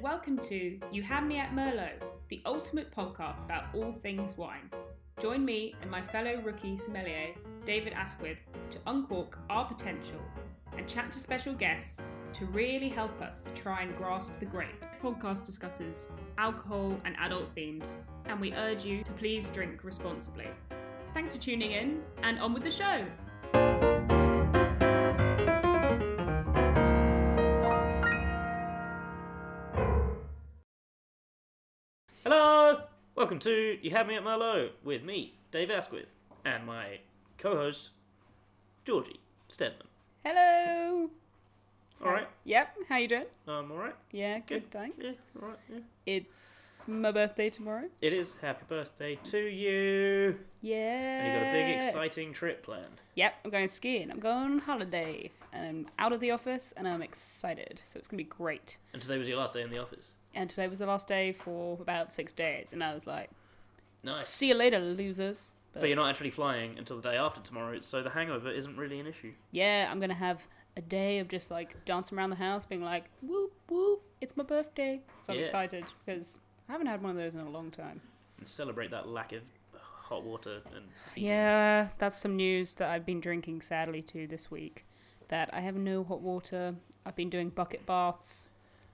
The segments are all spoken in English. welcome to You Had Me at Merlot, the ultimate podcast about all things wine. Join me and my fellow rookie sommelier, David Asquith, to uncork our potential and chat to special guests to really help us to try and grasp the grape. This podcast discusses alcohol and adult themes, and we urge you to please drink responsibly. Thanks for tuning in, and on with the show. Hello! Welcome to You Had Me at Merlot with me, Dave Asquith, and my co host, Georgie Stedman. Hello. Alright? Yep. How you doing? Um, alright? Yeah. Good. Thanks. Yeah, alright, yeah. It's my birthday tomorrow. It is happy birthday to you! Yeah. And you got a Uh, big, exciting trip planned. Yep. I'm going skiing. I'm going on holiday, and I'm out of the office, and I'm excited. So it's gonna be great. And today was your last day in the office. And today was the last day for about six days, and I was like, Nice. "See you later, losers." But, But you're not actually flying until the day after tomorrow, so the hangover isn't really an issue. yeah, I'm gonna have a day of just like dancing around the house, being like, "Whoop whoop, it's my birthday." So I'm Yeah. excited because I haven't had one of those in a long time. And celebrate that lack of hot water and heating. Yeah, that's some news that I've been drinking sadly to this week. That I have no hot water. I've been doing bucket baths,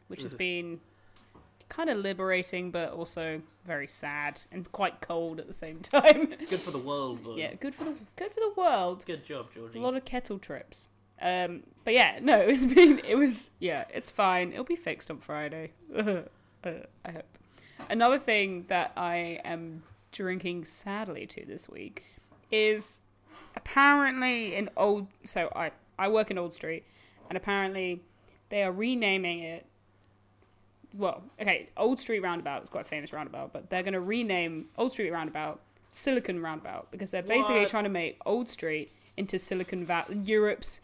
which has Ugh. been kind of liberating, but also very sad and quite cold at the same time. Good for the world, though. yeah, good for the good for the world. Good job, Georgie. A lot of kettle trips. Um, but yeah, no, it's been it was yeah, it's fine. It'll be fixed on Friday. Uh, I hope. Another thing that I am drinking sadly to this week is apparently in old so I I work in Old Street and apparently they are renaming it well, okay, Old Street Roundabout is quite a famous roundabout, but they're going to rename Old Street Roundabout Silicon Roundabout because they're basically What? trying to make Old Street into Silicon Valley, Europe's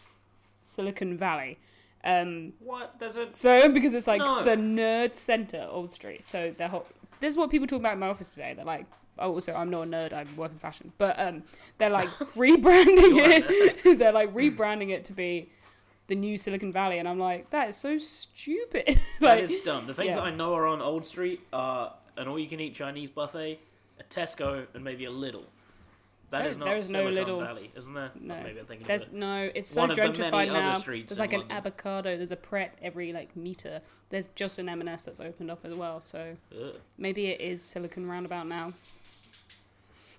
Silicon Valley. Um, What? There's a. so because it's like No. the nerd center, Old Street. So the whole this is what people talk about in my office today. They're like, oh, also I'm not a nerd. I work in fashion, but um, they're like rebranding You are a it. they're like rebranding it to be the new Silicon Valley, and I'm like, that is so stupid. like, that is dumb. The things yeah. that I know are on Old Street are an all-you-can-eat Chinese buffet, a Tesco, and maybe a Lidl. That There- is not there is no Silicon Lidl. Valley, isn't there? No. Maybe I'm thinking There's of it. no. It's so One of the many gentrified other now. streets There's in like an London. avocado. There's a Pret every like meter. There's just an M&S that's opened up as well. So Ugh, maybe it is Silicon Roundabout now.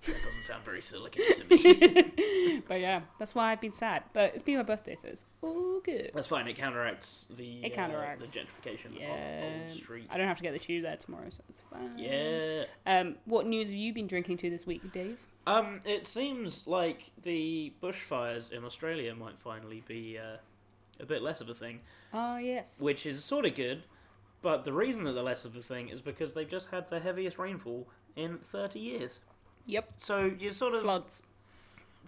that doesn't sound very Silicon to me. But yeah, that's why I've been sad. But it's been my birthday, so it's all good. That's fine. It counteracts the It uh, counteracts. the gentrification of Yeah. Old Street. I don't have to get the tube there tomorrow, so it's fine. Yeah. Um, what news have you been drinking to this week, Dave? Um. It seems like the bushfires in Australia might finally be uh, a bit less of a thing. Ah, yes. which is sort of good. But the reason that they're less of a thing is because they've just had the heaviest rainfall in 30 years. Yep. So you sort of Floods.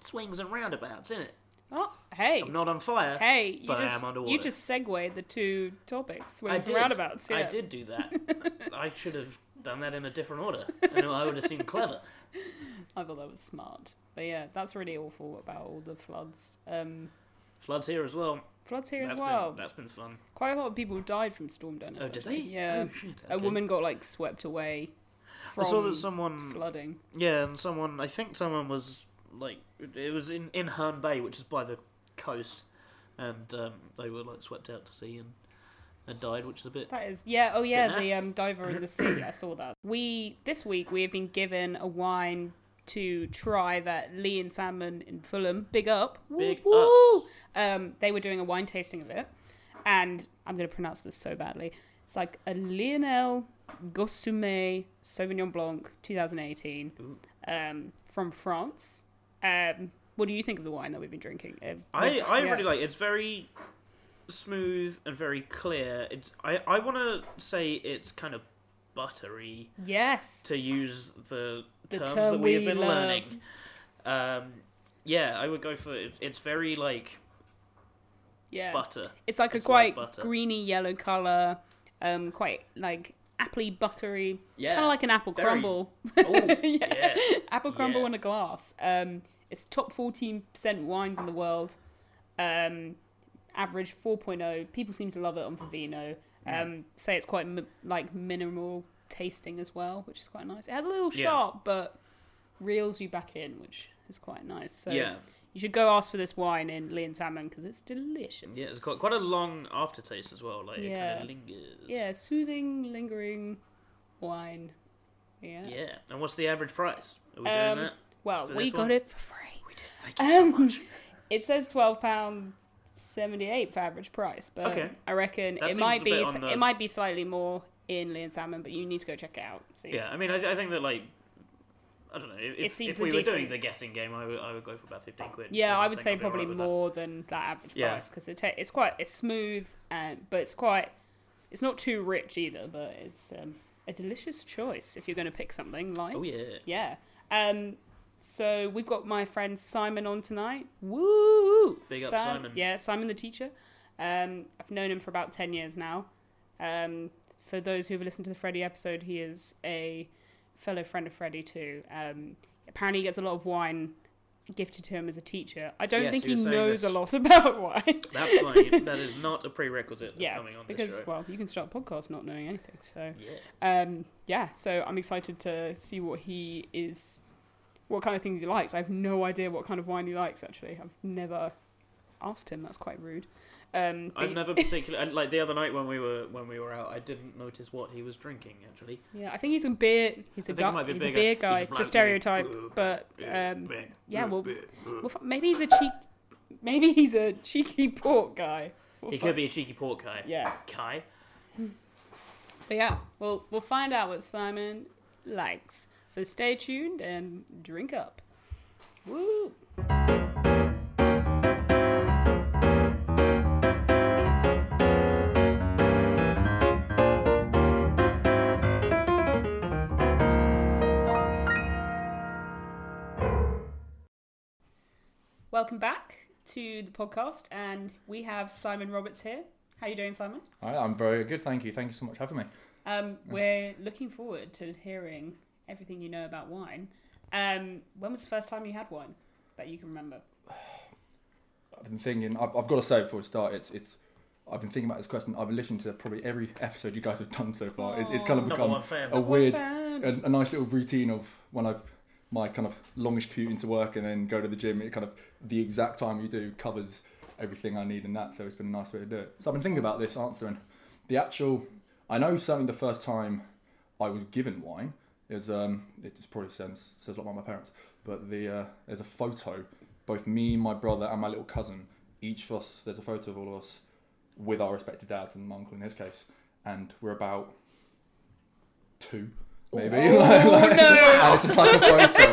swings and roundabouts, innit? Oh, hey. I'm not on fire. Hey, you But I am just you underwater. just segued the two topics. I Swings did. and roundabouts. Yeah. I did do that. I should have done that in a different order. I know I would have seemed clever. I thought that was smart. But yeah, that's really awful about all the floods. Um, Floods here as well. floods here That's as well. Been, that's been fun. Quite a lot of people died from storm Dennis. Oh, did actually. they? Yeah. Oh, shit. A okay. woman got like swept away I from saw that someone flooding. Yeah, and someone I think someone was like it was in in Herne Bay, which is by the coast, and um, they were like swept out to sea and and died, which is a bit. That is, yeah, oh yeah, Good the um, diver in the sea. I saw that. We this week we have been given a wine to try that Lee and Salmon in Fulham. Big up, Woo, Big woo. Um, they were doing a wine tasting of it, and I'm gonna pronounce this so badly. It's like a Lionel Gossumet Sauvignon Blanc 2018 Ooh. um, from France. Um, what do you think of the wine that we've been drinking? Uh, I I yeah. really like it's very smooth and very clear. It's I I want to say it's kind of buttery yes. to use the, The terms term that we have we been love. learning. Um, yeah, I would go for it. It's very like Yeah. butter. It's like It's a quite like butter. greeny yellow color, um, quite like appley buttery, Yeah. kind of like an apple very- crumble. Oh, Yeah. yeah. Apple crumble Yeah. in a glass. Um, it's top fourteen percent wines in the world, um, average 4.0. People seem to love it on Vivino. Mm. Um, say it's quite mi- like minimal tasting as well, which is quite nice. It has a little Yeah. sharp, but reels you back in, which is quite nice. So yeah, you should go ask for this wine in Lee and Salmon because it's delicious. yeah. It's got quite a long aftertaste as well. Like it kind Yeah. of lingers. Yeah, soothing, lingering wine. Yeah. Yeah. And what's the average price? Are we Um, doing that? Well, For we this got one? it for free. We did. Thank you so um, much. It says twelve pound seventy eight for average price, but Okay. I reckon That it seems might a be bit s- on the- it might be slightly more in Lee and Salmon, but you need to go check it out. and See. Yeah, I mean, I, I think that like, I don't know. If, if seems we a were doing decent- the guessing game, I would, I would go for about fifteen quid. Yeah, and I would think say I'd be all probably right with that. more than that average Yeah. price because it ta- it's quite it's smooth and but it's quite it's not too rich either, but it's um, a delicious choice if you're going to pick something like Oh yeah. yeah. Um, so we've got my friend Simon on tonight. Woo! Big up, Si- Simon. Yeah, Simon the teacher. Um, I've known him for about ten years now. Um, for those who've listened to the Freddy episode, he is a fellow friend of Freddy too. Um, apparently, he gets a lot of wine gifted to him as a teacher. I don't Yes, think he he was saying knows this. a lot about wine. That's fine. that is not a prerequisite of yeah, coming on this because show. well, you can start a podcast not knowing anything. So yeah. um, yeah, so I'm excited to see what he is, what kind of things he likes. I have no idea what kind of wine he likes. Actually, I've never asked him. That's quite rude. Um, but I've y- never particularly like the other night when we were when we were out. I didn't notice what he was drinking actually. yeah, I think he's a beer. He's I a, think he gu- might be he's a bigger. beer He's guy a black to beer. stereotype, Ooh, but Yeah, um, man. yeah, Ooh, well, man. Ooh. well, fu- maybe he's a cheek. Maybe he's a cheeky port guy. We'll he fi- could be a cheeky pork guy. Yeah, Kai. but yeah, we'll we'll find out what Simon likes. So stay tuned and drink up. Woo! Welcome back to the podcast, and we have Simon Roberts here. How you doing, Simon? I, I'm very good, thank you. Thank you so much for having me. Um, Mm. we're looking forward to hearing everything you know about wine. Um, when was the first time you had wine that you can remember? I've been thinking. I've, I've got to say before we start, it's it's. I've been thinking about this question. I've been listening to probably every episode you guys have done so far. It's, it's kind of Number become one fan. a weird, a, Fan. a nice little routine of when I my kind of longish commute into work and then go to the gym. It kind of the exact time you do covers everything I need in that. So it's been a nice way to do it. So I've been thinking about this answering the actual. I know certainly the first time I was given wine is um it just probably sounds says a lot about my parents, but the uh, there's a photo both me, my brother, and my little cousin, each of us, there's a photo of all of us with our respective dads and my uncle in his case, and we're about two, maybe. Oh, no. And it's just like a photo.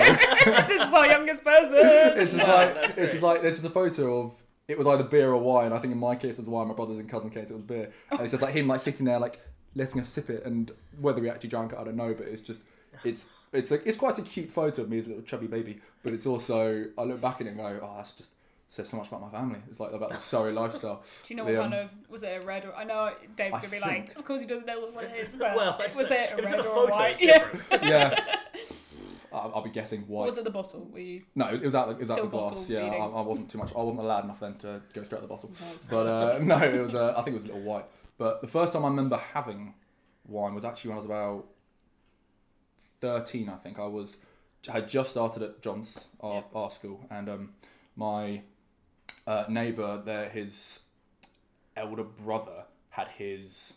this is our youngest person. it's just like it's just like it's just a photo of. It was either beer or wine. I think in my case it was wine. My brother's and cousin case it was beer. And it's just like him like sitting there like letting us sip it, and whether we actually drank it, I don't know. But it's just it's it's like it's quite a cute photo of me as a little chubby baby. But it's also I look back at it and go, oh, that's just says so much about my family. It's like about the Surrey lifestyle. Do you know what The, kind um, of was it a red or I know Dave's I gonna be like, think- of course he doesn't know what it is, but well, was it a it was red in a or a photo. white? It's Yeah. different. yeah. I- I'll be guessing Or white. Was it the bottle? Were you? No, it was out the, it was out the Still bottle glass. Yeah, I, feeding. I wasn't too much. I wasn't allowed enough then to go straight at the bottle. Nice. But uh, no, it was. Uh, I think it was a little white. But the first time I remember having wine was actually when I was about thirteen. I think I was had just started at John's our, Yep. our school, and um, my uh, neighbour there, his elder brother had his.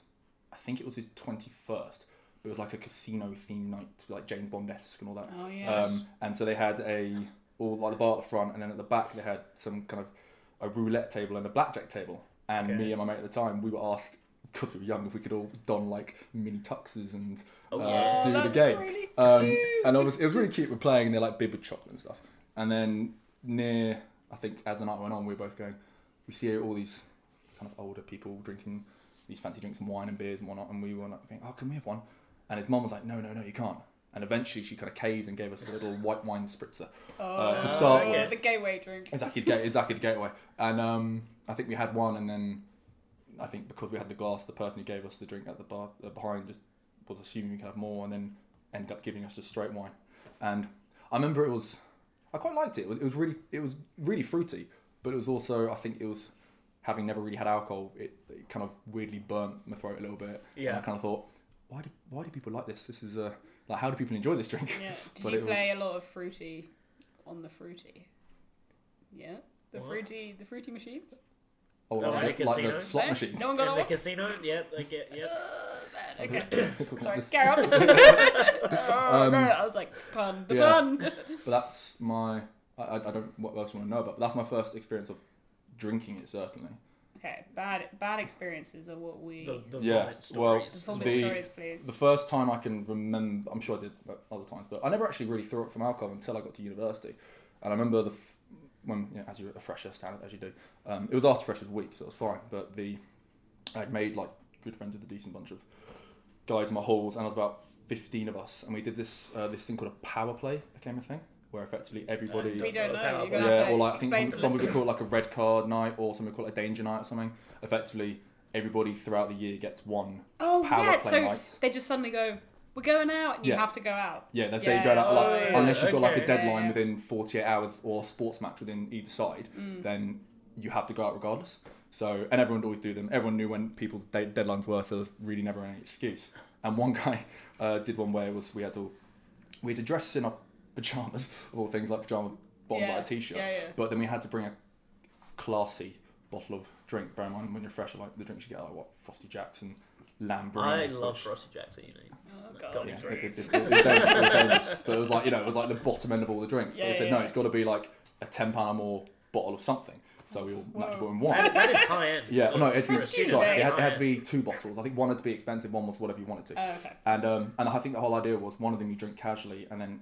I think it was his twenty first. It was like a casino themed night, like James Bond esque and all that. Oh yeah. Um, and so they had a all like the bar at the front, and then at the back they had some kind of a roulette table and a blackjack table. And Okay. me and my mate at the time, we were asked because we were young if we could all don like mini tuxes and Oh, uh, yeah. do the that's game. really um, cute. and it was, it was really cute. We're playing, and they're like bib with chocolate and stuff. And then near, I think as the night went on, we were both going. We see all these kind of older people drinking these fancy drinks and wine and beers and whatnot, and we were like, going, "Oh, can we have one?" And his mum was like, "No, no, no, you can't." And eventually, she kind of caved and gave us a little white wine spritzer. uh, to start oh, yeah, with. the gateway drink. Exactly, the gate, exactly the gateway. And um, I think we had one, and then I think because we had the glass, the person who gave us the drink at the bar uh, behind just was assuming we could have more, and then ended up giving us just straight wine. And I remember it was, I quite liked it. It was, it was really, it was really fruity, but it was also, I think it was having never really had alcohol, it, it kind of weirdly burnt my throat a little bit. And Yeah. I kind of thought, why do why do people like this? This is uh, like how do people enjoy this drink? Yeah. Did But you it was- play a lot of fruity on the fruity? Yeah. The What? fruity, the fruity machines. Oh, Well, like, I the, can like see the no- slot No? machines. No one got In the on one. casino? Yeah, I get, yeah. Ugh, man, okay. Sorry, This- carry on. Oh, Um, no, I was like, pun, the yeah. pun. But that's my. I, I I don't what else I want to know about. But that's my first experience of drinking it. Certainly. Okay, bad bad experiences are what we. The, the Yeah, vomit well, stories. Full the- stories, please. The first time I can remember, I'm sure I did at other times, but I never actually really threw up from alcohol until I got to university. And I remember the f- when, you know, as you're a fresher, standard as you do, um, it was after freshers week, so it was fine. But the I'd made like good friends with a decent bunch of guys in my halls, and there was about 15 of us, and we did this uh, this thing called a power play became a thing, where effectively everybody we don't know. You're gonna have yeah, to or like I explain think to some would listeners. call it like a red card night, or some would call it a danger night or something. Effectively, everybody throughout the year gets one Oh power yeah, play so night. they just suddenly go, "We're going out," and you Yeah. have to go out. Yeah, they say Yeah, you go out oh, like yeah, unless you've got like okay. a deadline Yeah, yeah. within 48 hours or a sports match within either side, Mm. then you have to go out regardless. So and everyone would always do them. Everyone knew when people's de- deadlines were, so there's really never any excuse. And one guy uh, did one where it was we had to we had to dress in our pajamas of all things like pajama bottom Yeah, like a t-shirt, yeah, yeah. but then we had to bring a classy bottle of drink. Bear in mind when you're fresh, like the drinks you get are, like what Frosty Jacks and Lambrou. I love which- Frosty Jacks, you know. Oh, Like, God. got me yeah, through. it- it- it- it was dangerous, it was dangerous. But it was like you know, it was like the bottom end of all the drinks. Yeah, but they said yeah, no, it's got to be like a ten pound or more bottle of something. So we all naturally bought in That- one. that is high end. Yeah, oh, no, it, For had a to be, student, sorry, it, that had, is it had eh? high to be two bottles. I think one had to be expensive, one was whatever you wanted to. Oh, okay. And um, and I think the whole idea was one of them you drink casually, and then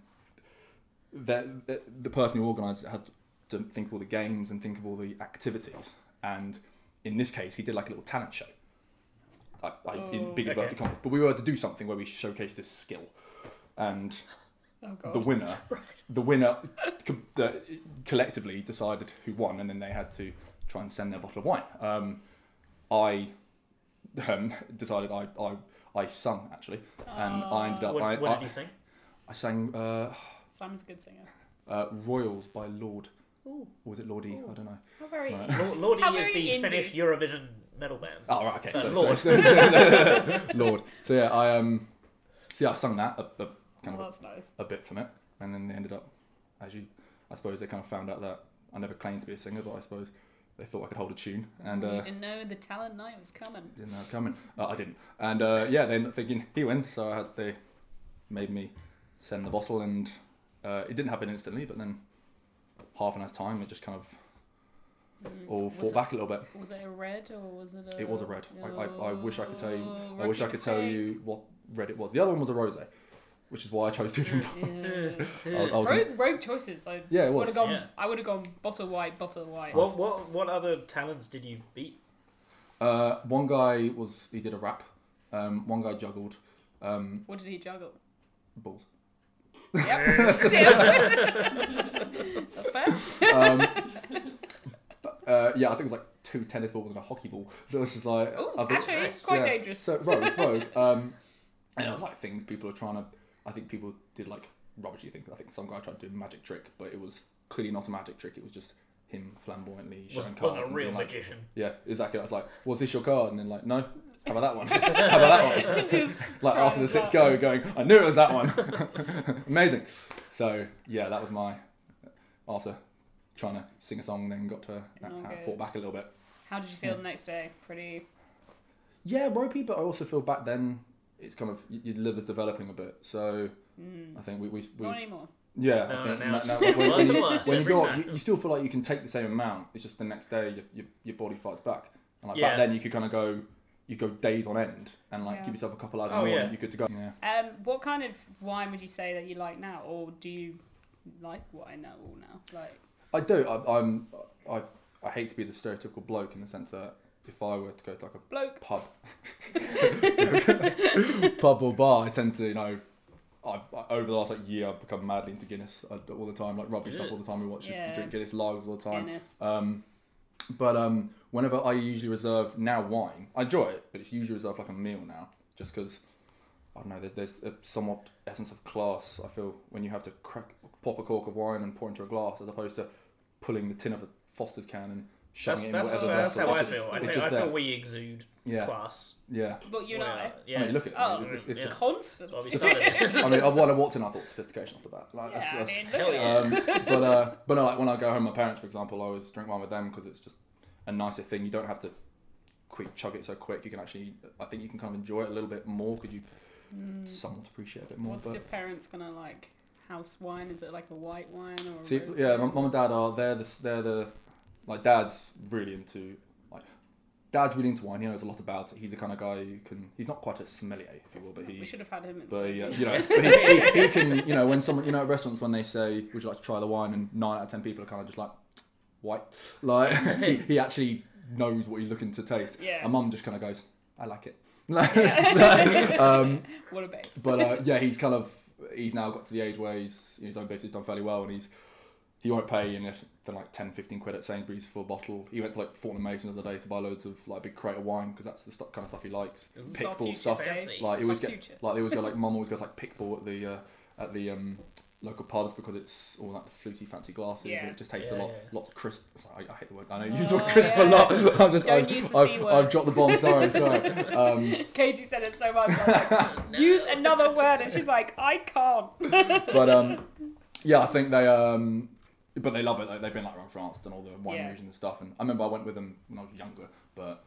the the, the person who organised it has to think of all the games and think of all the activities. And in this case, he did like a little talent show, like, like in big Oh. inverted Okay. commas. But we were to do something where we showcased this skill, and oh god. the winner, the winner co- the, collectively decided who won, and then they had to try and send their bottle of wine. Um, I um, decided I, I I sung actually, and I ended up Ah. What, I, what I, did you sing? I sang uh, Simon's a good singer. uh, Royals by Lord, Ooh, or was it Lordy? Ooh. I don't know. how very. Right. Lord- Lordy How is very the indie. Finnish Eurovision metal band. Oh right, okay. Uh, So, Lord. Lord. So, so- Lord. So yeah, I um, so yeah, I sung that a, a kind Well, of a oh, that's nice. a bit from it, and then they ended up, as you, I suppose they kind of found out that I never claimed to be a singer, but I suppose they thought I could hold a tune, and you uh, didn't know the talent night was coming. didn't know I was coming. Uh, I didn't, and uh, yeah, then thinking he wins, so I had, they made me send the bottle, and uh, it didn't happen instantly, but then half an hour's time, it just kind of Mm. all was fought it, back a little bit. Was it a red or was it a? It was a red. I, I, I wish I could tell you. Oh, I wish I rookie could tell you what red it was. The other one was a rosé, which is why I chose two different. mistake. Yeah. I was- I was- Rogue, rogue choices. I Yeah, it would was. have gone. Yeah. I would have gone bottle white, bottle white. What, what, what other talents did you beat? Uh, one guy was he did a rap. Um, one guy juggled um, What did he juggle? balls. Yep. That's fair. Um, but, uh, yeah, I think it was like two tennis balls and a hockey ball. So it was just like Ooh, I think, actually, nice. quite yeah. dangerous. So rogue, rogue. Um, and it was like things people are trying to. I think people did like rubbishy things. I think some guy tried to do a magic trick, but it was clearly not a magic trick. It was just him flamboyantly showing Wasn't, cards wasn't a and real being like, magician. yeah, exactly. I was like, "Was this your card?" And then like, "No." How about that one? How about that one? Just like try after the and sixth start. go, going, I knew it was that one. Amazing. So yeah, that was my after trying to sing a song, then got to that Oh, kind of good. fought back a little bit. How did you feel the next day? Pretty. Yeah, ropey, but I also feel back then it's kind of y- your liver's developing a bit. So Mm, I think we, we, we not anymore. yeah, No, I think no, na- it's na- just when, worse and when you, worse when you every go, time. you, you still feel like you can take the same amount. It's just the next day your, your, your body fights back. And like Yeah. back then, you could kind of go, you go days on end, and like Yeah. give yourself a couple hours. Oh, more, yeah. and you could to go. Yeah. Um, what kind of wine would you say that you like now, or do you like wine at all now? Like, I do. I, I'm. I, I hate to be the stereotypical bloke in the sense that if I were to go to like a bloke. pub, pub or bar, I tend to you know. I've, I, over the last like year, I've become madly into Guinness uh, all the time, like rugby stuff all the time. We watch, Yeah. we drink Guinness lagers all the time. Guinness. Um, but um, whenever I usually reserve now wine, I enjoy it, but it's usually reserved like a meal now, just because I don't know. There's there's a somewhat essence of class. I feel when you have to crack, pop a cork of wine and pour into a glass, as opposed to pulling the tin of a Foster's can and shouting that's, it in that's, uh, that's whatever verse how it I is. feel. I It's think, just I feel there. we exude Yeah, class. yeah. But you Well, know, Yeah. I mean, look at Oh, it. It's, it's yeah. just. constant. Well, we started- I mean, I- when I walked in, I thought sophistication off the bat. Like, that's, yeah, I that's, mean, hell look at yeah. us. um, but uh, but no, like when I go home, with my parents, for example, I always drink wine with them because it's just a nicer thing. You don't have to quick chug it so quick. You can actually, I think, you can kind of enjoy it a little bit more because you somewhat appreciate it a bit more. Mm. What's but your parents gonna like? House wine? Is it like a white wine or? a see, rose yeah, my wine? mum and dad are they're the they're the like dad's really into like dad's really into wine. He knows a lot about it. He's the kind of guy who can. He's not quite a sommelier, if you will, but he we should have had him. At But school, yeah, didn't you know, we? but he, he, he can, you know, when someone, you know, at restaurants when they say, "Would you like to try the wine?" and nine out of ten people are kind of just like, "White," like he, he actually knows what he's looking to taste. Yeah. And mum just kind of goes, "I like it." So, um, What a babe. but uh, yeah, he's kind of he's now got to the age where he's in his own business, he's done fairly well, and he's he won't pay in less than like 10, 15 quid at Sainsbury's for a bottle. He went to like Fortnum Mason the other day to buy loads of like a big crate of wine because that's the stu- kind of stuff he likes. It's our Pickball future, stuff, babe. Fancy. like It's he always our get future. like they always go like mum always goes like pickball at the uh, at the um, local pubs because it's all like the fluty fancy glasses Yeah. and it just tastes Yeah, a lot yeah. lot crisp. Sorry, I, I hate the word. I know you use the Oh, word crisp a yeah. lot. I'm just Don't I've, use the I've, C I've, word. dropped the bomb. Sorry, sorry. Um, Katie said it so much. I was like, "Hmm, No. Use another word, and she's like, I can't. but um, yeah, I think they um, but they love it. Like, they've been like around France, done all the wine Yeah. regions and stuff. And I remember I went with them when I was younger, but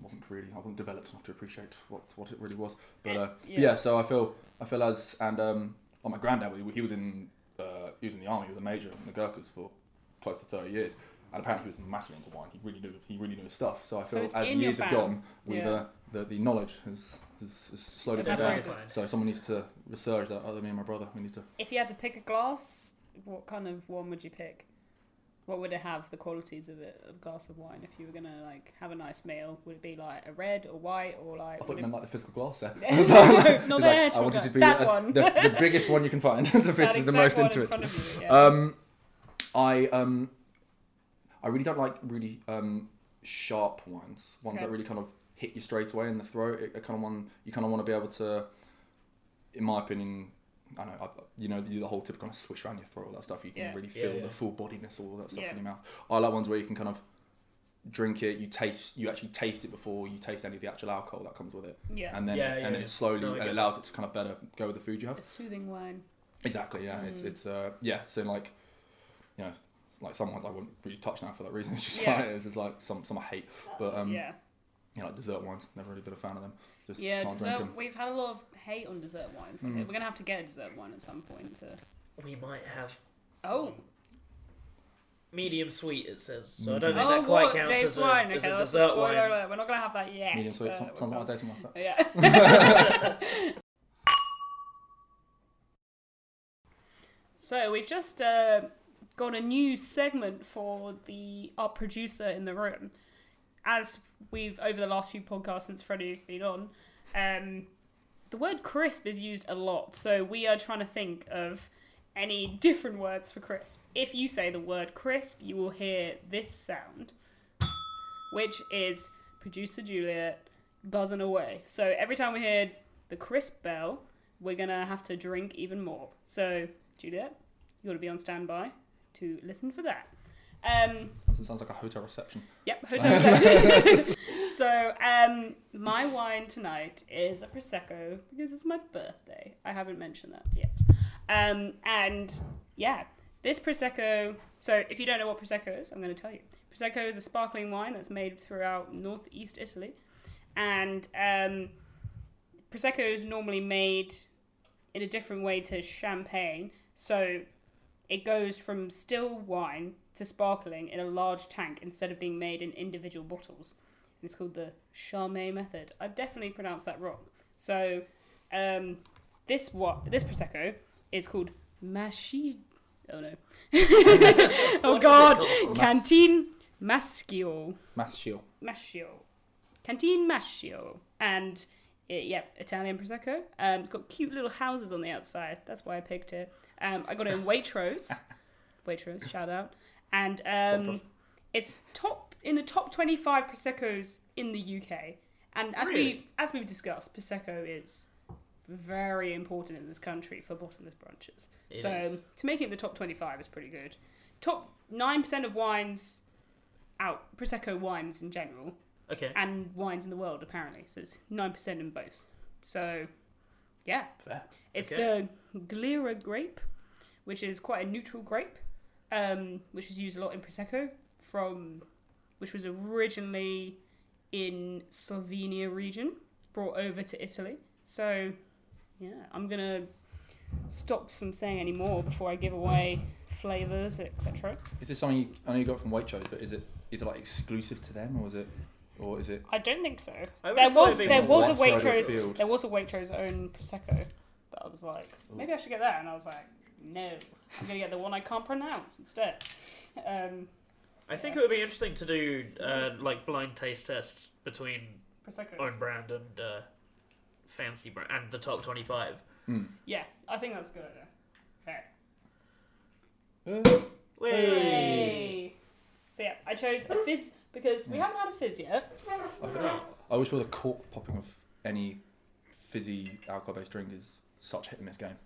wasn't really I wasn't developed enough to appreciate what what it really was. But uh, Eh, Yeah. yeah. so I feel I feel as and um, well, my granddad he- he was in uh, he was in the army. He was a major in the Gurkhas for close to thirty years. And apparently he was massively into wine. He really knew he really knew his stuff. So I So feel it's as in your years have fam. gone, we Yeah. uh, the the knowledge has has, has slowly gone down. Evaporated. So someone needs to research that. Other me and my brother, we need to If you had to pick a glass, what kind of one would you pick? What would it have? The qualities of it, a glass of wine. If you were gonna like have a nice meal, would it be like a red or white or I like? thought you meant like the physical glass set. No, not Like, the actual I wanted glass. to be That uh, one. The, the biggest one you can find to that fit the exact most one into in it. front of you, yeah. Um, I um, I really don't like really um sharp ones. Ones Okay. that really kind of hit you straight away in the throat. It, it kind of one you kind of want to be able to, in my opinion. I don't know, I, you know, the whole tip kind of swish around your throat, all that stuff. You can Yeah. really Yeah, feel yeah. the full bodiness, all that stuff Yeah. in your mouth. I like ones where you can kind of drink it, you taste, you actually taste it before you taste any of the actual alcohol that comes with it yeah, Um, and then Yeah, and yeah. then it slowly No, I and get it allows it to kind of better go with the food you have. a soothing wine. Exactly. Yeah. It's Mm. it's uh yeah. So like, you know, like some ones I wouldn't really touch now for that reason. It's just Yeah. like it's just like some some I hate, but um yeah, you know like dessert wines never really been a fan of them. Just yeah. can't Dessert. drink 'em. We've had a lot of hate on dessert wines. I Mm. think We're gonna have to get a dessert wine at some point. To... We might have Oh, medium sweet. It says. So I don't think oh, that quite what? counts Dave's as a, wine. as okay, a that's a dessert spoiler wine. alert. We're not gonna have that yet. Medium sweet. but some- we're Sounds like probably- my dating life. that. Yeah. so we've just uh, got a new segment for the our producer in the room. As we've over the last few podcasts since Freddie's been on, um, the word crisp is used a lot. So we are trying to think of any different words for crisp. If you say the word crisp, you will hear this sound, which is producer Juliet buzzing away. So every time we hear the crisp bell, we're gonna have to drink even more. So Juliet, you gotta be on standby to listen for that. Um, This sounds like a hotel reception. yep, hotel reception. so um, my wine tonight is a prosecco because it's my birthday. I haven't mentioned that yet. Um, and yeah, this prosecco. So if you don't know what prosecco is, I'm gonna tell you. Prosecco is a sparkling wine that's made throughout northeast Italy, and um, prosecco is normally made in a different way to champagne. So it goes from still wine to sparkling in a large tank instead of being made in individual bottles. And it's called the Charme method. I've definitely pronounced that wrong. So um, this what this prosecco is called Mashi. Oh no! oh God! called? Canteen Maschio. Mass shield. Mascio. Canteen Mascio. And it, yeah, Italian Prosecco. Um, it's got cute little houses on the outside. That's why I picked it. Um, I got it in Waitrose. Waitrose, shout out. And um, Sometimes. it's top in the top 25 Prosecco's in the UK. And as we Really? as we've discussed, Prosecco is very important in this country for bottomless brunches. It so is. to make it the top 25 is pretty good. Top 9% of wines out prosecco wines in general Okay. and wines in the world apparently. So it's nine percent in both. So yeah, Fair. it's Okay. the Glera grape, which is quite a neutral grape, um, which is used a lot in prosecco from, which was originally in Slovenia region, brought over to Italy. So yeah, I'm gonna stop from saying any more before I give away flavors, etc. Is this something you, I know you got from Waitrose, but is it is it like exclusive to them, or is it, or is it? I don't think so. I would There have thought was it'd be there more was a West Friday Waitrose Field. There was a Waitrose own prosecco that I was like, maybe I should get that, and I was like, no, I'm gonna get the one I can't pronounce instead. Um, I think it would be interesting to do uh, like blind taste tests between own Oh. prosecco. brand and uh, fancy brand and the top twenty-five. Mm. Yeah, I think that's a good idea. Okay. Uh, Yay. So yeah, I chose a fizz because we haven't had a fizz yet. Hmm. I, feel like- I always feel the cork popping of any fizzy alcohol-based drink is such hit and miss game.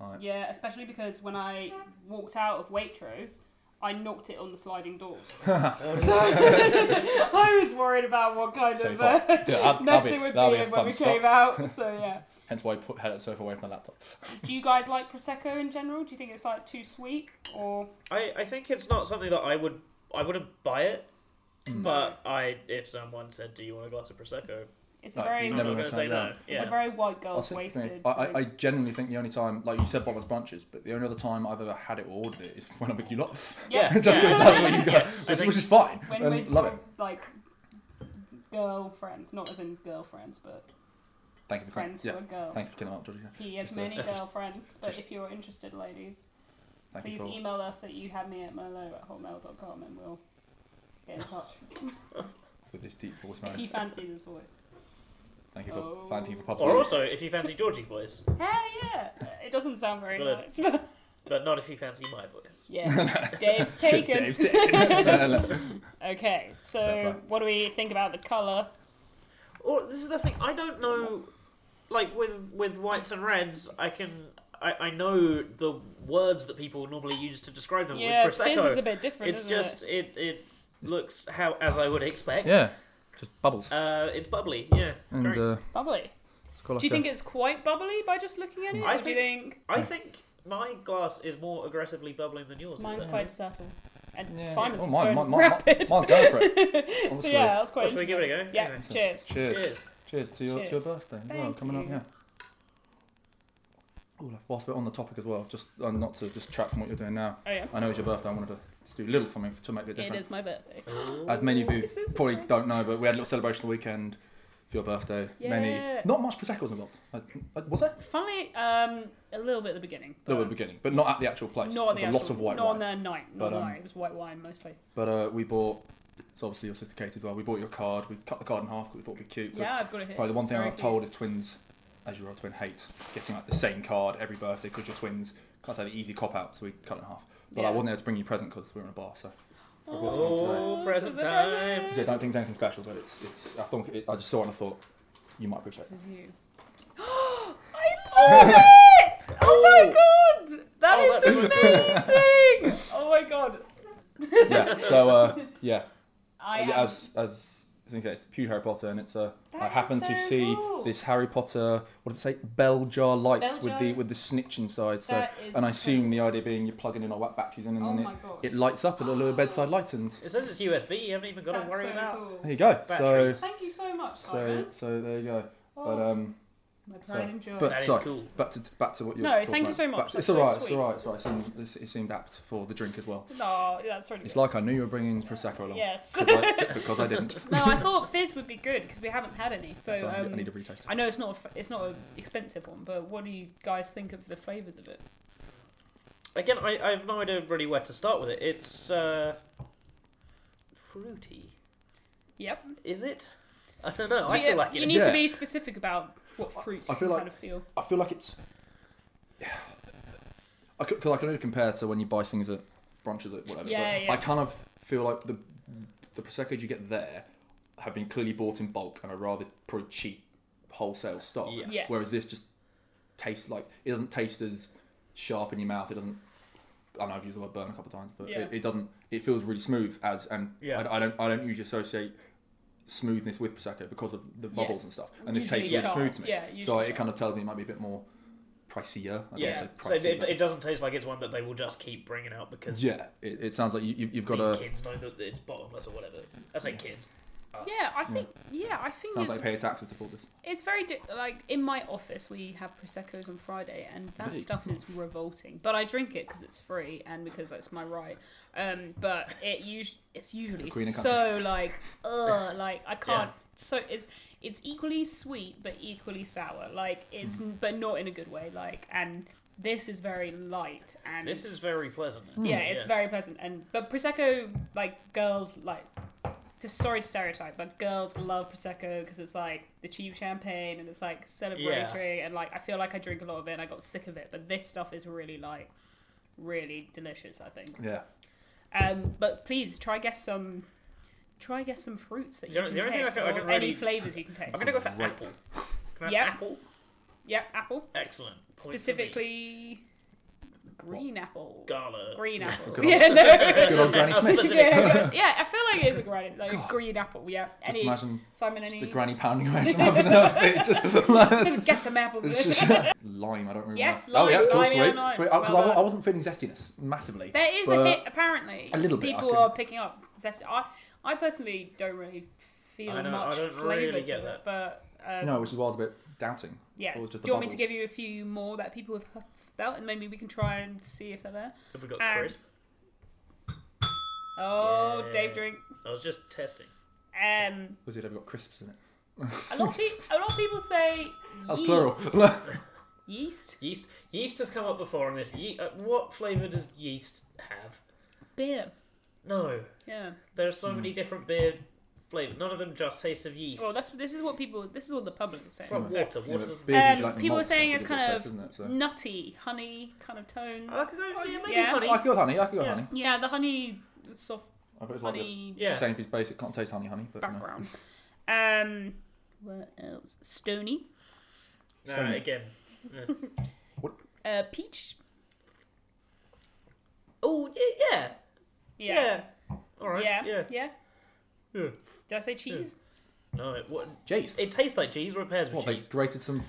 Like, Yeah, especially because when I walked out of Waitrose, I knocked it on the sliding doors. so Um, I was worried about what kind So of far. uh, Yeah, that'd- that'd mess be- it would that'd be be a in when fun we stop. came out. So yeah. hence why I put had it so far away from the laptop. Do you guys like prosecco in general? Do you think it's like too sweet or I, I think it's not something that I would I wouldn't buy it, Mm. but I if someone said, "Do you want a glass of prosecco?" it's No, a very you I'm never not going gonna to say turn no. down. it's Yeah. a very white I'll girl's say the thing is, wasted. I, I, I genuinely think the only time, like you said, Bottom's Bunches, but the only other time I've ever had it or ordered it is when I'm with you lot. yeah, Just because that's what you got, Yes, I which, think- which is fine. when and we're love it. like girlfriends, not as in girlfriends, but Thank you for friends Yeah, who are girls. thank you for killing up, Georgie. He has Just, uh, many just- girlfriends, but just- if you're interested, ladies, Thank you please for email us at you had me at merlot at hotmail.com and we'll get in touch. with this deep voice, if you man. fancy this voice. Thank you for Oh. thank you for pub. Or also, if you fancy Georgie's voice, Hey, yeah, it doesn't sound very Well, nice, but but not if you fancy my voice. yeah, Dave's taken. Dave's taken. No, no, no. Okay, Fair so play. what do we think about the colour? Or this is the thing. I don't know. Like with with whites and reds, I can I, I know the words that people normally use to describe them. Yeah, with prosecco, fizz is a bit different. it's isn't just it? it? it looks how as I would expect. Yeah, just bubbles. Uh, it's bubbly. Yeah. And very- uh, bubbly. it's got like Do you think a, it's quite bubbly by just looking at it? I or do you think I think my glass is more aggressively bubbling than yours. is mine's it? quite subtle? And Yeah. Simon's Oh, going mine, mine, mine, rapid. mine, go for it. so Honestly. yeah, that's quite. Well, shall we give it a go? Yeah, Anyway. cheers. Cheers. Cheers. Cheers. to your to your Cheers. birthday as well, Thank coming up. you. Yeah. Ooh, whilst we're on the topic as well, just uh, not to just track from what you're doing now. Oh yeah, I know it's your birthday. I wanted to just do a little something to make it it different. is my birthday. As many of you This is probably surprising. don't know, but we had a little celebration the weekend for your birthday. Yeah. Many, not much prosecco was involved. Uh, uh, Was there? Funnily, um, a little bit at the beginning. There were but at the beginning, but not at the actual place. Not at the There was a lot actual- of white Not wine. on the night. Not But, on the um, night. It was white wine mostly. But uh, we bought, it's obviously your sister Kate as well. We bought your card. We cut the card in half because we thought it'd be cute. 'cause Yeah, I've got it here. Probably the one It's thing very I've cute. told is twins, as you are a twin, hate getting like the same card every birthday because you're twins. Can't say the easy cop out, so we cut it in half. But Yeah. I wasn't able to bring you a present because we were in a bar. So I brought you one today. Oh, Oh, present this is a time. yeah, don't think it's anything special, but it's it's. I thought it, I just saw it and I thought you might appreciate This it. is you. I love it! Oh my god! that Oh, is that's amazing! oh my god. yeah. So uh, yeah, I Yeah, am, as as as you say, it's Pew Harry Potter, and it's a. That I is happen so to see cool. this Harry Potter. What does it say? Bell jar lights Bell with the jar. with the snitch inside. So, That is and I assume incredible. the idea being you're plugging in or whack batteries in, and Oh then my it, gosh. it lights up a little bedside light, and It says it's USB. You haven't even got That's to worry so about. there cool. you go. So, Batteries. Thank you so much, so Simon. so there you go. oh, But um, my pride sorry, and joy. but- That is sorry. cool. back to back to what you. No, were talking thank you about. so much, Back to- that's it's so all right. It's sweet. all right. It's all right. It seemed, it se- it seemed apt for the drink as well. no, Oh, that's really It's good. like I knew you were bringing prosecco along Yes. 'cause I, because I didn't. no, I thought fizz would be good because we haven't had any. So, So I um, I need a retaste. I know it's not a, f- it's not an expensive one, but what do you guys think of the flavors of it? Again, I, I have no idea really where to start with it. It's uh, fruity. Yep. Is it? I don't know. So I you, feel like you it. need Yeah. to be specific about what fruits I you feel like- kind of feel. I feel like it's. I could, cause I can only compare to when you buy things at brunches at whatever. Yeah, but yeah. I kind of feel like the the prosecco you get there have been clearly bought in bulk and are rather pretty cheap wholesale stock. Yeah. Yes. Whereas this just tastes like it doesn't taste as sharp in your mouth. It doesn't. I know I've used the word burn a couple of times, but Yeah. it, it doesn't. It feels really smooth as, and Yeah. I, I don't. I don't usually associate smoothness with prosecco because of the bubbles Yes. and stuff. And this Usually tastes really sharp. smooth to me. Yeah, so usually it sharp. kind of tells me it might be a bit more pricier. I Yeah, Don't so say pricier. it, it, it doesn't taste like it's one that they will just keep bringing out because yeah, it, it sounds like you, you- you've got these a kids know that it's bottomless or whatever. I say kids. Ah, Us. Yeah, I think. Yeah, I think sounds it's, like pay your taxes to afford this. it's very di- like in my office we have proseccos on Friday, and that Really? stuff is revolting. But I drink it because it's free and because that's my right. Um, but it us- it's usually queen of so like ugh, like I can't. So it's it's equally sweet but equally sour. Like it's Mm. but not in a good way. Like and this is very light and This is very pleasant. yeah, it's very pleasant. And but prosecco, like girls, like just sorry to stereotype, but girls love prosecco because it's like the cheap champagne and it's like celebratory. And like I feel like I drink a lot of it and I got sick of it, but this stuff is really like really delicious. I think. Yeah, Um, but please try guess some. Try guess some fruits that you The only- can the only thing I taste, can- I or can any really- flavors you can taste. I'm gonna go for Right. apple. Can I have Yeah. apple? Yeah, apple Excellent. Point for me. specifically, green apple. Gala. Green apple. Good old- Yeah, no. good old Granny Smith. Oh, Specific- yeah, yeah, yeah, I feel like it is a granny, like a God. green apple. Yeah. Just Any imagine Simon, the any granny pounding away some having enough. It just, it's just- get them apples. it's just- lime. I don't remember. Yes, that. lime, Oh yeah, cool, lime, yeah, sweet. lime. sweet. Oh, 'cause Well I, wa- done. I wasn't feeling zestiness massively. there is a but- hit apparently. A little bit, I People can- are picking up zest. I, I personally don't really feel I don't- much I don't flavor really to get it, that. but um, No, which is why I was a bit doubting. yeah. It Do you was want just the me to bubbles. give you a few more that people have huffed out, and maybe we can try and see if they're there? Have we got Um, crisp? Oh, Yeah. Dave, drink. I was just testing. Um, Was it ever got crisps in it? a lot of people, a lot of people say That's yeast. plural. Yeast, Yeast. Yeast has come up before on this. Ye- uh, what flavour does yeast have? beer. No. Yeah. There are so Hmm. many different beer flavours. None of them just taste of yeast. Well, Oh, that's this is what people. This is what the public is saying. Well, So- water. Yeah, Water but doesn't. beer's usually Um, like people malt were saying that's it's a good kind taste, of isn't it? So- nutty, honey kind of tones. I could go- Oh, yeah, maybe Yeah. Oh, honey. I could go with honey. I could go with Yeah. honey. Yeah, the honey, soft I thought it was like the honey Yeah. Sainsbury's basic. Can't taste honey, honey. But no. background. Um, what else? Stony, No, Stony. again. uh, peach. Oh yeah, yeah, Yeah. All right. yeah, Yeah. yeah. Did I say cheese? No, it, what, Jeez. it tastes like cheese or it pairs with What they cheese. grated some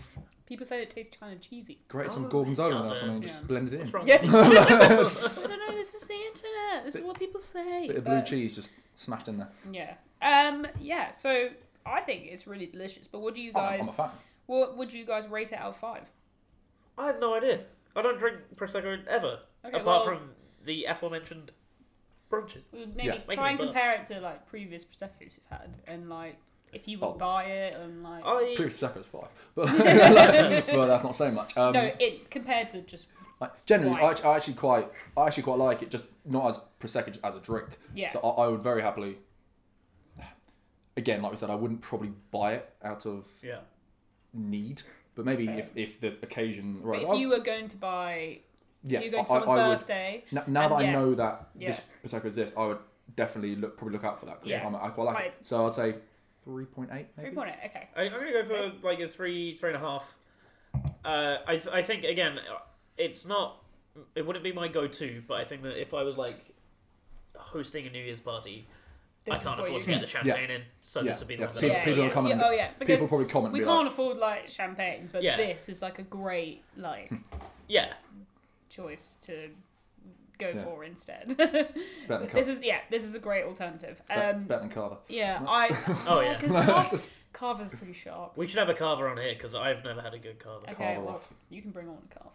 People said it tastes kind of cheesy. grated Oh, some it gorgonzola or doesn't. something and just Yeah. blended it in. What's wrong? Yeah. I That's don't know. This is the internet. This is what people say. Bit of blue but- cheese just smashed in there. Yeah. Um. Yeah. So I think it's really delicious. But what do you Oh, I'm guys? a fan. What would you guys rate it out of five? I have no idea. I don't drink prosecco ever, Okay, apart well- from the aforementioned brunches. We would maybe Yeah. Make try it and a buzz. compare it to like previous proseccos you've had, and like if you would Oh. buy it, and like I Proof Prosecco's five, but, but that's not saying much. Um, no, it compared to just Like, generally, I, White. I actually quite, I actually quite like it, just not as prosecco, just as a drink. Yeah. So I, I would very happily. Again, like we said, I wouldn't probably buy it out of yeah. need, but maybe Fair. if, if the occasion but arises, if you were going to buy, yeah, if you were going to I, someone's I would. birthday, Now, now and that yeah. I know that Yeah. this prosecco exists, I would definitely look probably look out for that because Yeah. I'm, I quite like it. Right. So I'd say three point eight. three point eight. Okay, I, I'm gonna go for like a three, three and a half. Uh, I th- I think again, it's not. It wouldn't be my go-to, but I think that if I was like hosting a New Year's party, This I is can't what afford you to get get. the champagne in, so Yeah, this would be the yeah. one. that I'd People- yeah, go people yeah, with. are coming Yeah, and be oh yeah, because People probably comment. we and be can't like, afford like champagne, but Yeah. this is like a great Hmm. like Yeah, choice to go Yeah. for instead. it's better than this Carver. is yeah, this is a great alternative. It's Um, better than Carver. yeah, I Oh, yeah. because It's Carver, just Carver's pretty sharp. we should have a carver on here because I've never had a good carver. Okay, Carver well, off. you can bring on Carver,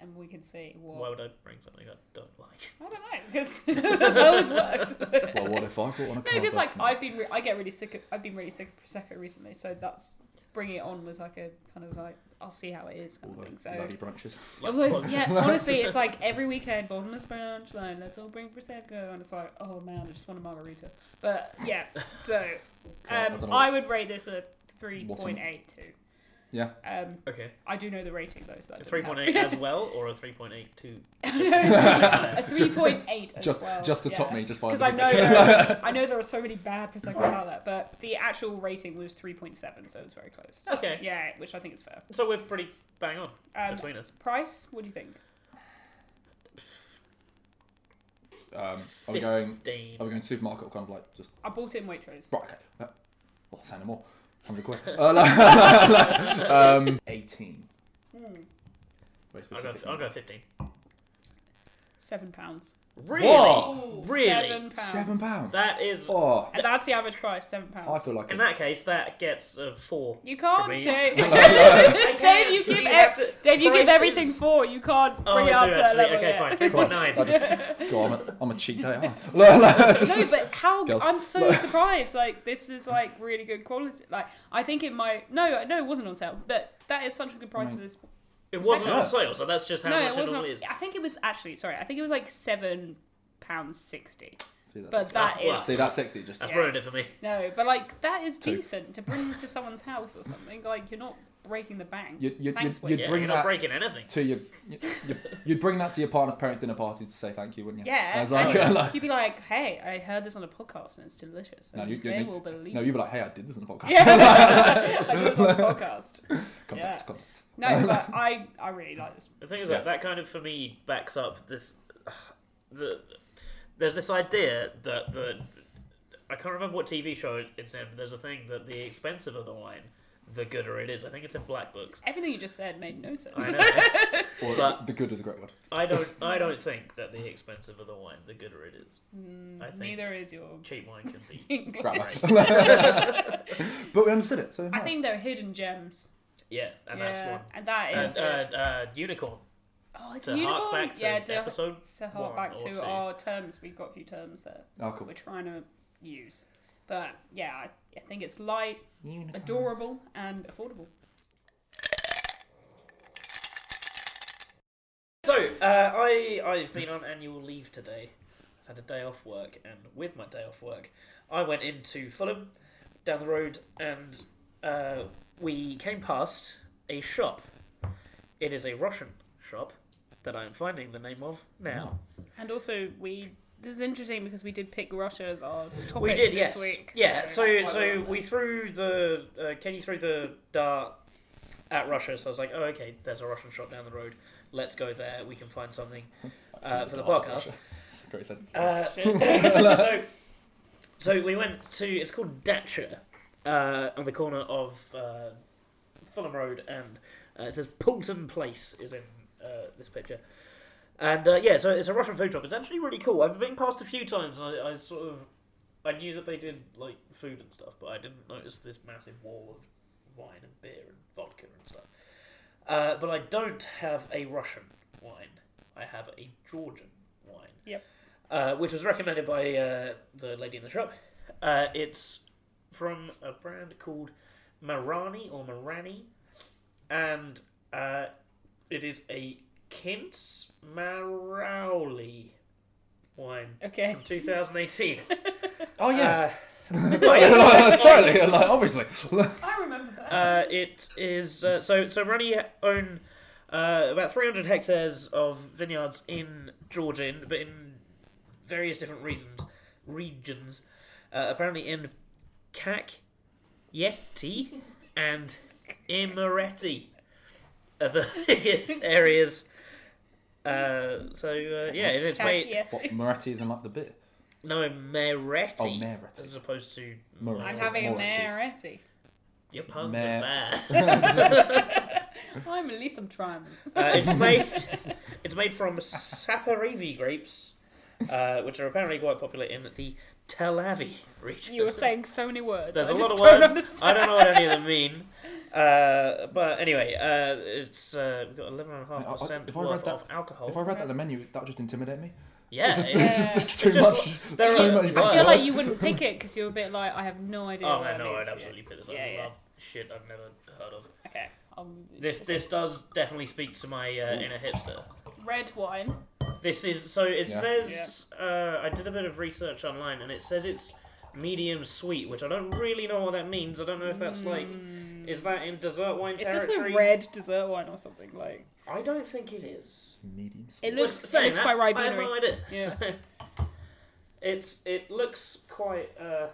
and we can see what. Why would I bring something I don't like? I don't know because that's how this works. Well, what if I brought on a no, Carver? because like I've been, re- I get really sick. Of, I've been really sick of prosecco recently, so that's bringing it on was like a kind of like I'll see how it is All kind of thing. those So. bloody brunches. Like, Although, plug- yeah, honestly, it's like every weekend, bottomless brunch, like, let's all bring prosecco, and it's like, oh man, I just want a margarita. But yeah, so God, I um, don't know. I would rate this a three point eight two. Yeah. Um, Okay, I do know the rating though, so that a doesn't three point eight help. as well, or a three point eight two. a three point eight as Just, well. just to yeah. top me, just by Because a I little know bit. there are, I know there are so many bad Prosecco's out there, but the actual rating was three point seven, so it was very close. Okay. Yeah, which I think is fair. So we're pretty bang on Oh. Um, between us. price? What do you think? Um, are we going? Fifteen. Are we going to supermarket or kind of like just I bought it in Waitrose. right? Okay. Uh, well, say no more. Hundred quid. Uh, like- um, Eighteen. Hmm, Very I'll go, specific. I'll go fifteen. Seven pounds. Really? Whoa. Really? Seven pounds. Seven pounds. That is. Oh, And that's the average price, seven I pounds. feel like In a, that case, that gets a four. You For can't, me. Jay. I Dave, can't, you 'cause give have ev- to- Dave, you give prices- everything four. You can't Oh, bring it I up do to that actually. level. Okay, yet. fine. Three point Christ, nine. I just, God, I'm a, I'm a cheat day. aren't I? Like, like, just- No, but how? Girls. I'm so surprised. Like this is like really good quality. Like I think it might. No, no, it wasn't on sale. But that is such a good price Mm. for this. It wasn't Yeah. on sale, so that's just how no, much it it, wasn't. normally is. I think it was actually. Sorry, I think it was like seven pounds sixty. See, that's But that Oh, wow. is See, that's 60. Just That's Yeah. ruined it for me. no. But like that is Two. decent to bring to someone's house or something. Like you're not breaking the bank. You- you- Thanks, you- you- Wade. Yeah, bring you're not that- breaking anything. to your, you, you, you'd bring that to your partner's parents' dinner party to say thank you, wouldn't you? Yeah, And it's like, and- like- You'd be like, "Hey, I heard this on a podcast and it's delicious." no, And you, you, they you- will believe. no, it. you'd be like, hey, I did this in the podcast. yeah, It's like it was on a podcast. Contact, Yeah. contact. No, but I, I really like this. The thing is, Yeah. like, that kind of for me backs up this. The there's this idea that the I can't remember what TV show it's in. But there's a thing that the expensive of the wine, the gooder it is. I think it's in Black Books. Everything you just said made no sense. I know. Or But- the good is a great word. I don't. I don't think that the expensive of the wine, the gooder it is. I think Mm, Neither is your cheap wine can be. English. Crap. but we understood it. So I think they're hidden gems. Yeah, and yeah, that's one. and that is. And, uh, good. uh, unicorn. oh, it's to a unicorn. hark back to yeah, to, episode to hark one back or to two. our terms. We've got a few terms that Oh, cool. we're trying to use, but yeah, I, I think it's light, adorable, and affordable. So uh, I I've been on annual leave today. I've had a day off work, and with my day off work, I went into Fulham down the road, and uh, we came past a shop. It is a Russian shop that I'm finding the name of Oh, now. And also, we this is interesting because we did pick Russia as our topic we did, this yes. week. Yeah, so that's why we're so on we threw the uh, Kenny threw the dart at Russia. So I was like, oh okay, there's a Russian shop down the road. Let's go there. We can find something uh, for the podcast. It's oh, a great sentence. Uh, that. so, so we went to it's called Datcha, uh, on the corner of uh, Fulham Road, and uh, it says Poulton Place is in uh, this picture. And uh, yeah, so it's a Russian food shop. It's actually really cool. I've been past a few times, and I, I sort of I knew that they did like food and stuff, but I didn't notice this massive wall of wine and beer and vodka and stuff. Uh, but I don't have a Russian wine. I have a Georgian wine uh, which was recommended by uh, the lady in the shop. Uh, it's from a brand called Marani or Marani, and uh, it is a Kintz Marowli wine okay. from 2018. oh, yeah. Uh, Like, Totally. Like, obviously. I remember that. Uh, it is uh, so so Runny own uh, about 300 hectares of vineyards in Georgia, in- but in various different reasons regions. Uh, apparently in Kak, Yeti, and Imereti are the biggest areas. Uh, so uh, yeah, it is. Wait, yeah. what, Moretti isn't like the beer? no, Mereti. Oh, Moretti. as opposed to Moretti. I'm having a Moretti. Maretti. your puns Mer- are bad. I'm at least I'm trying them. Uh, it's made it's made from Saparivi grapes, uh, which are apparently quite popular in the Tel Aviv region. You were saying so many words. There's I a lot of just words. don't understand. I don't know what any of them mean. Uh, but anyway, uh, it's uh, we've got eleven and a half I- percent if I read worth that- of alcohol. If I read that in the menu, that would just intimidate me. yeah, it's just, yeah. it's just, it's too It's much. just- too there are- much. I I feel words. like you wouldn't pick it because you're a bit like I have no idea. Oh what man, that no, means. I'd absolutely pick this. I Yeah, yeah. love shit I've never heard of. Yeah. Okay. Um, This this does definitely speak to my uh, inner hipster. red wine. This is so it Yeah. says Uh, I did a bit of research online and it says it's medium sweet, which I don't really know what that means. I don't know if that's like Mm. is that in dessert wine Is this territory? a red dessert wine or something like? I don't think it is. Medium. It Well, looks, it saying looks that, quite eh? I have no ribena. idea. Yeah. it's it looks quite. Uh,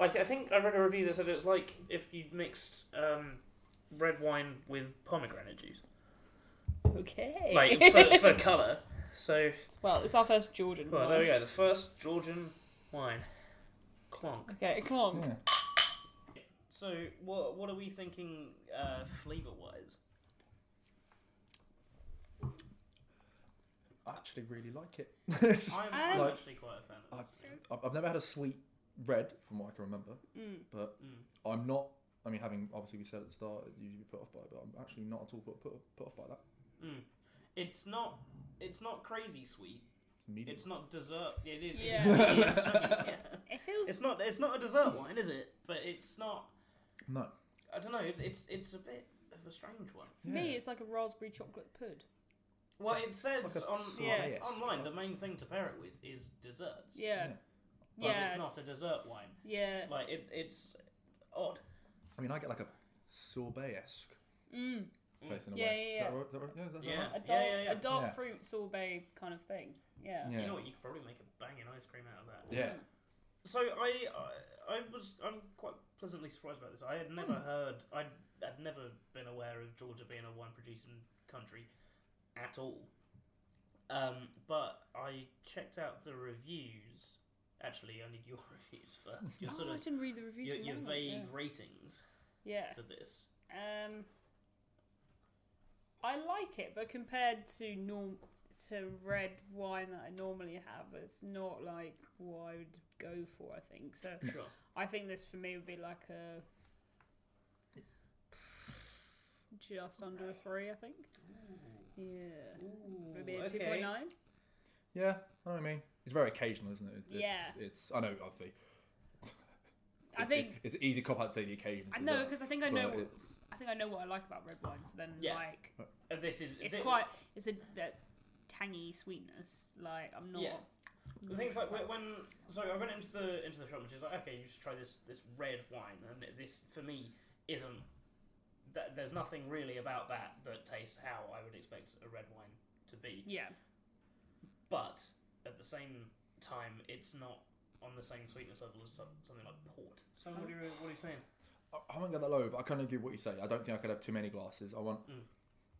I, th- I think I read a review that said it's like if you mixed um, red wine with pomegranate juice, Okay. like for, for color. So, Well, it's our first Georgian. well, one. there we go. The first Georgian wine. Clonk. Okay, come on. Yeah. So, what what are we thinking uh, flavour wise? I actually really like it. It's just- I'm, I I'm don't- actually quite a fan of I- this. I've I've never had a sweet red, from what I can remember, Mm. but Mm. I'm not. I mean, having obviously we said at the start, you usually put off by it, but I'm actually not at all put put, put off by that. Mm. It's not it's not crazy sweet. It's medium. It's not dessert. It is. Yeah. It is sweet, yeah. It feels. It's not it's not a dessert wine, is it? But it's not. no. I don't know. It, it's it's a bit of a strange one. for me, it's like a raspberry chocolate pud. Well, it says like a on sorbet-esque. online the main thing to pair it with is desserts. Yeah. Yeah. But Yeah. it's not a dessert wine. Yeah. Like it, it's odd. I mean, I get like a sorbet esque Mm. taste in a Yeah, way. yeah, Is that right? Is that right? Yeah, that's Yeah. Right. A dark, yeah, yeah. a dark Yeah. fruit sorbet kind of thing. Yeah. Yeah. You know what? You could probably make a banging ice cream out of that. Yeah. So I, I, I was, I'm quite pleasantly surprised about this. I had never Hmm. heard, I'd, I'd never been aware of Georgia being a wine producing country at all. Um, but I checked out the reviews. Actually, I need your reviews first. Your sort oh, I of didn't read the reviews. your, from your online, vague ratings Yeah. for this. yeah. Um, I like it, but compared to norm to red wine that I normally have, it's not like what I would go for. I think so. Sure. I think this for me would be like a just under a three. I think. Yeah. Maybe a two point nine. Yeah, I know what I mean. It's very occasional, isn't it? It- it's, Yeah. It's. I know. Obviously. I it's- think it's, it's easy cop out to say the occasion. I is know dessert. because I think I but know. What, it's- I think I know what I like about red wine. So then, Yeah. like, And Uh, this is it's thi- quite it's a that tangy sweetness. Like, I'm not. Yeah. The thing is, like when, when so I went into the into the shop and she's like, okay, you should try this this red wine, and this for me isn't. That, there's nothing really about that that tastes how I would expect a red wine to be. Yeah. But at the same time, it's not on the same sweetness level as some, something like port. So what are you what are you saying? I- I won't go that low, but I kind of get what you say. I don't think I could have too many glasses. I want. Mm.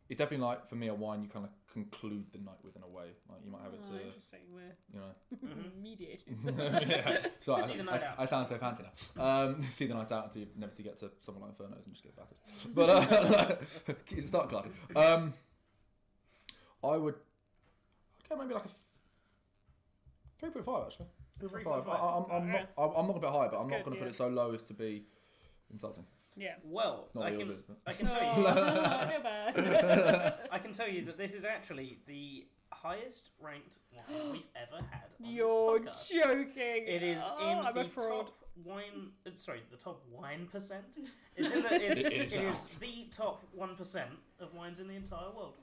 It's definitely like for me a wine you kind of conclude the night with in a way. Like you might have it Oh, to, interesting. We're you know. Mhm. mediating. yeah. So I, See the night I- out. I sound so fancy now. Um, see the night out until you never to get to someone like Inferno's and just get battered. But uh, it's not classy. Um, I would. Okay, maybe like a three point five actually. Three point five. 3.5. I'm, I'm not. I'm I'm not a bit high, but That's I'm not good, going to yeah. put it so low as to be insulting. Yeah. Well, Not I that yours can is, but I can Oh, tell you I feel bad. I can tell you that this is actually the highest ranked wine we've ever had. On this You're podcast. joking. It is Oh, in I'm the a fraud. top wine. uh, Sorry, the top wine percent. It's in the, it's, It it is is, now. the top one percent of wines in the entire world,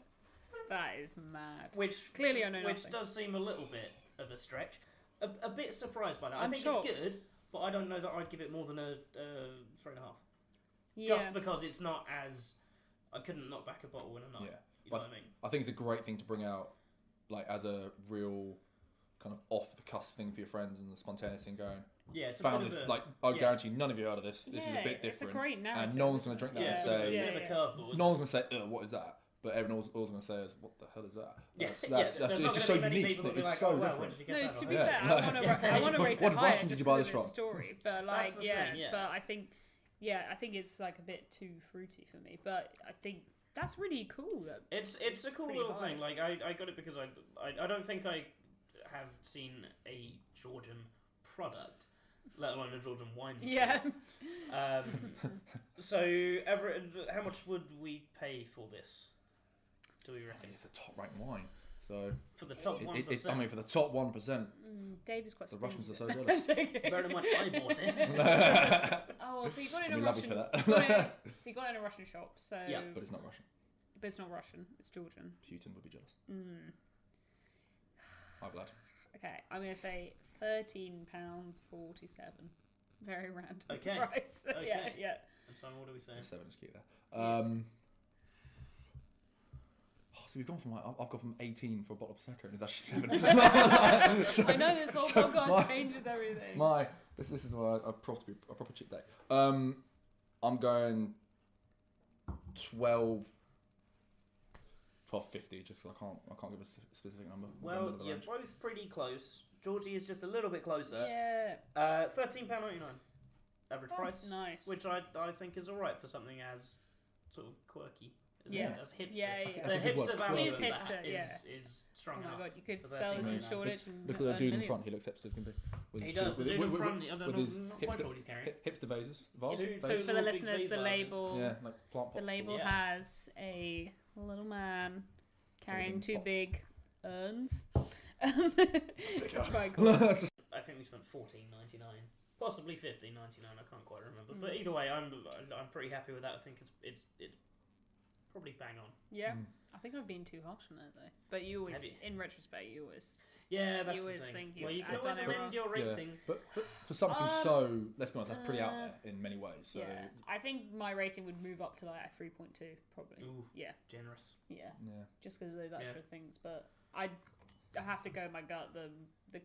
That is mad. which Clearly I know which nothing. does seem a little bit of a stretch. A, a bit surprised by that. i I'm think shocked. it's good, but I don't know that I'd give it more than a uh, three and a half. Yeah. Just because it's not as I couldn't knock back a bottle in a night. yeah. You know But what I mean? I think it's a great thing to bring out, like as a real kind of off the cusp thing for your friends and the spontaneous thing going. Yeah, it's a found bit this of a, like I yeah. guarantee none of you heard of this. This is Yeah, a bit different. It's a great narrative. and no one's gonna drink that yeah, and it's a say bit of a yeah. curveball. no one's gonna say, Ugh, what is that? But everyone's always gonna say is what the hell is that? Yeah, That's, yeah, that's, there's that's, not it's just so gonna be many unique people that that be it's like, so oh, well, where different. did you get No, that to on?" be Yeah. fair, I want to I Yeah. want to What- rate what it higher Russian just did you buy because this of its from? story. But That's like, the yeah, thing, yeah. but I think, yeah, I think it's like a bit too fruity for me. But I think that's really cool. That It's it's a It's cool pretty little high. thing. Like I, I got it because I, I I don't think I have seen a Georgian product, let alone a Georgian wine. before. yeah, Um, so ever, how much would we pay for this? Do we I reckon mean, it's a top ranked wine. So for the top it, one it, it, I mean for the top one percent, mm, Dave is quite. the stingy. Russians are so jealous. Bear in mind, I bought it. but Oh, well, so you got it I in a mean, love Russian. you for that. you got it- so you got it in a Russian shop. So, Yeah, but, it's not Russian. it's not Russian. It's Georgian. Putin would be jealous. Mm. I'm glad. Okay, I'm gonna say thirteen pounds forty-seven. Very random Okay. price. yeah, Okay. yeah. and so what are we saying? Seven is cute there. Um, oh, so we've gone from like I've- I've gone from 18 for a bottle of prosecco, and it's actually seven. I know this whole so podcast my- changes everything. My this this is why I, I probably a proper cheap day. Um, I'm going twelve half fifty. Just 'cause I can't I can't give a s- specific number. Well, Middle of the you're range. both pretty close. Georgie is just a little bit closer. Yeah. Uh, Thirteen pound ninety nine, average price, Nice. which I I think is all right for something as sort of quirky. as- Yeah. as hipster. Yeah, That's- yeah. The that's a good hipster word, value quirky. It is of that hipster, is, yeah. is strong Oh my enough. god, you could for sell this in £13. Shoreditch and Look at that earn dude in millions. front. He looks hipster as can be. With He his does. tools- The with- dude with- in with- front. I don't with know his not quite hipster- sure what he's carrying. hip- hipster vases, vase, Two- vase? so- For the Little big listeners, vape the vases. label yeah, like plant the pots. label Yeah. has a little man carrying Holding two pots. big urns. it's quite cool. I think we spent fourteen ninety nine, possibly fifteen ninety nine. I can't quite remember, but either way, I'm I'm pretty happy with that. I think it's it's it's probably bang on. Yeah, Mm. I think I've been too harsh on it though. But you always, Have you? in retrospect, you always. Yeah, that's You the always thing. think well, you've you can done always it amend wrong. your Yeah. rating. But for, for something Um, so, let's be honest, that's pretty out uh, there in many ways. So yeah, yeah, I think my rating would move up to like a three point two probably. Ooh, Yeah, generous. yeah, just because of those extra Mm. Yeah. things. But I, I have to go with my gut. The the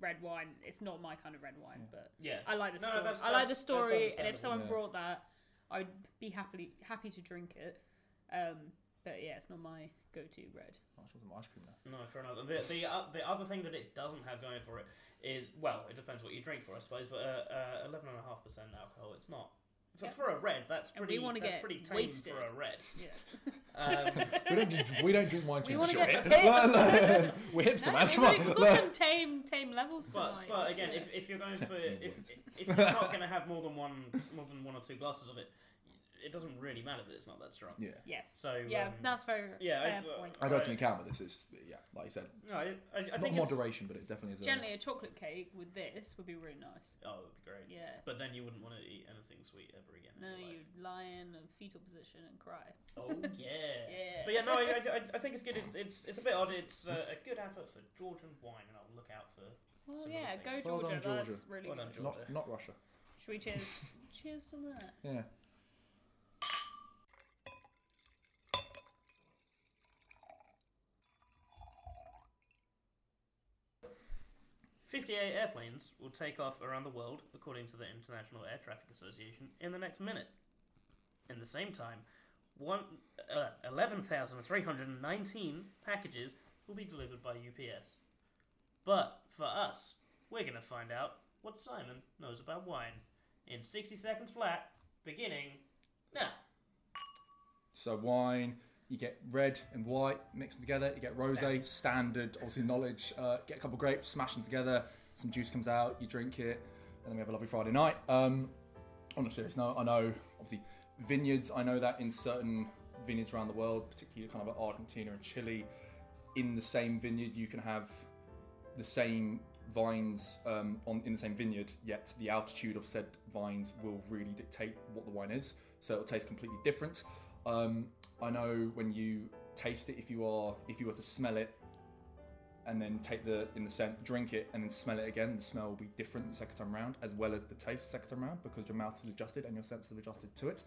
red wine. It's not my kind of red wine, but Yeah, I like the No, story. that's- I like the that's- story, that's and if someone brought understandable. that, I would be happily happy to drink it. Um, but yeah, it's not my go-to red. I just want some ice cream now. no, for another. The the, uh, the other thing that it doesn't have going for it is well, it depends what you drink for, I suppose. But uh, uh, eleven and a half percent alcohol, it's not. For, Yeah. for a red, that's And we pretty. wanna that's get pretty tame wasted. for a red. Yeah, Um, We don't drink, we don't drink wine we too want much. to sure. get. We're hipster, No, man. we've Come got- on. we've got some tame, tame levels But, tonight. but Let's again, do if, it. if you're going for if, if you're not going to have more than one more than one or two glasses of it, it doesn't really matter that it's not that strong. Yeah. yes, So yeah, um, that's very yeah, fair I- uh, point. I don't think you can with this. It's, yeah, like you said, no, I, I, I not think it's, moderation, but it definitely uh, is. A, Generally, a chocolate cake with this would be really nice. oh, it would be great. Yeah. But then you wouldn't want to eat anything sweet ever again. in No, your life. you'd lie in a fetal position and cry. Oh yeah. Yeah. But yeah, no, I, I, I- I think it's good. It, it's it's a bit odd. It's uh, a good advert for Georgian wine, and I'll look out for. Well, Some yeah, other go things. Georgia. Well done, Georgia. That's really Well good. done, Georgia. not, not Russia. Should we cheers? cheers to that. Yeah. Fifty-eight airplanes will take off around the world, according to the International Air Traffic Association, in the next minute. In the same time, one uh, eleven thousand three hundred and nineteen packages will be delivered by UPS. But for us, we're gonna find out what Simon knows about wine in sixty seconds flat, beginning now. So wine, you get red and white, mix them together. You get rosé, standard, obviously knowledge. Uh, get a couple of grapes, smash them together. Some juice comes out, you drink it, and then we have a lovely Friday night. Um, on a serious note, I know obviously vineyards. I know that in certain vineyards around the world, particularly kind of Argentina and Chile, in the same vineyard you can have the same vines um, on in the same vineyard, yet the altitude of said vines will really dictate what the wine is. So it'll taste completely different. Um, I know when you taste it, if you are if you were to smell it and then take the in the scent, drink it, and then smell it again, the smell will be different the second time round, as well as the taste second time round, because your mouth is adjusted and your senses have adjusted to it.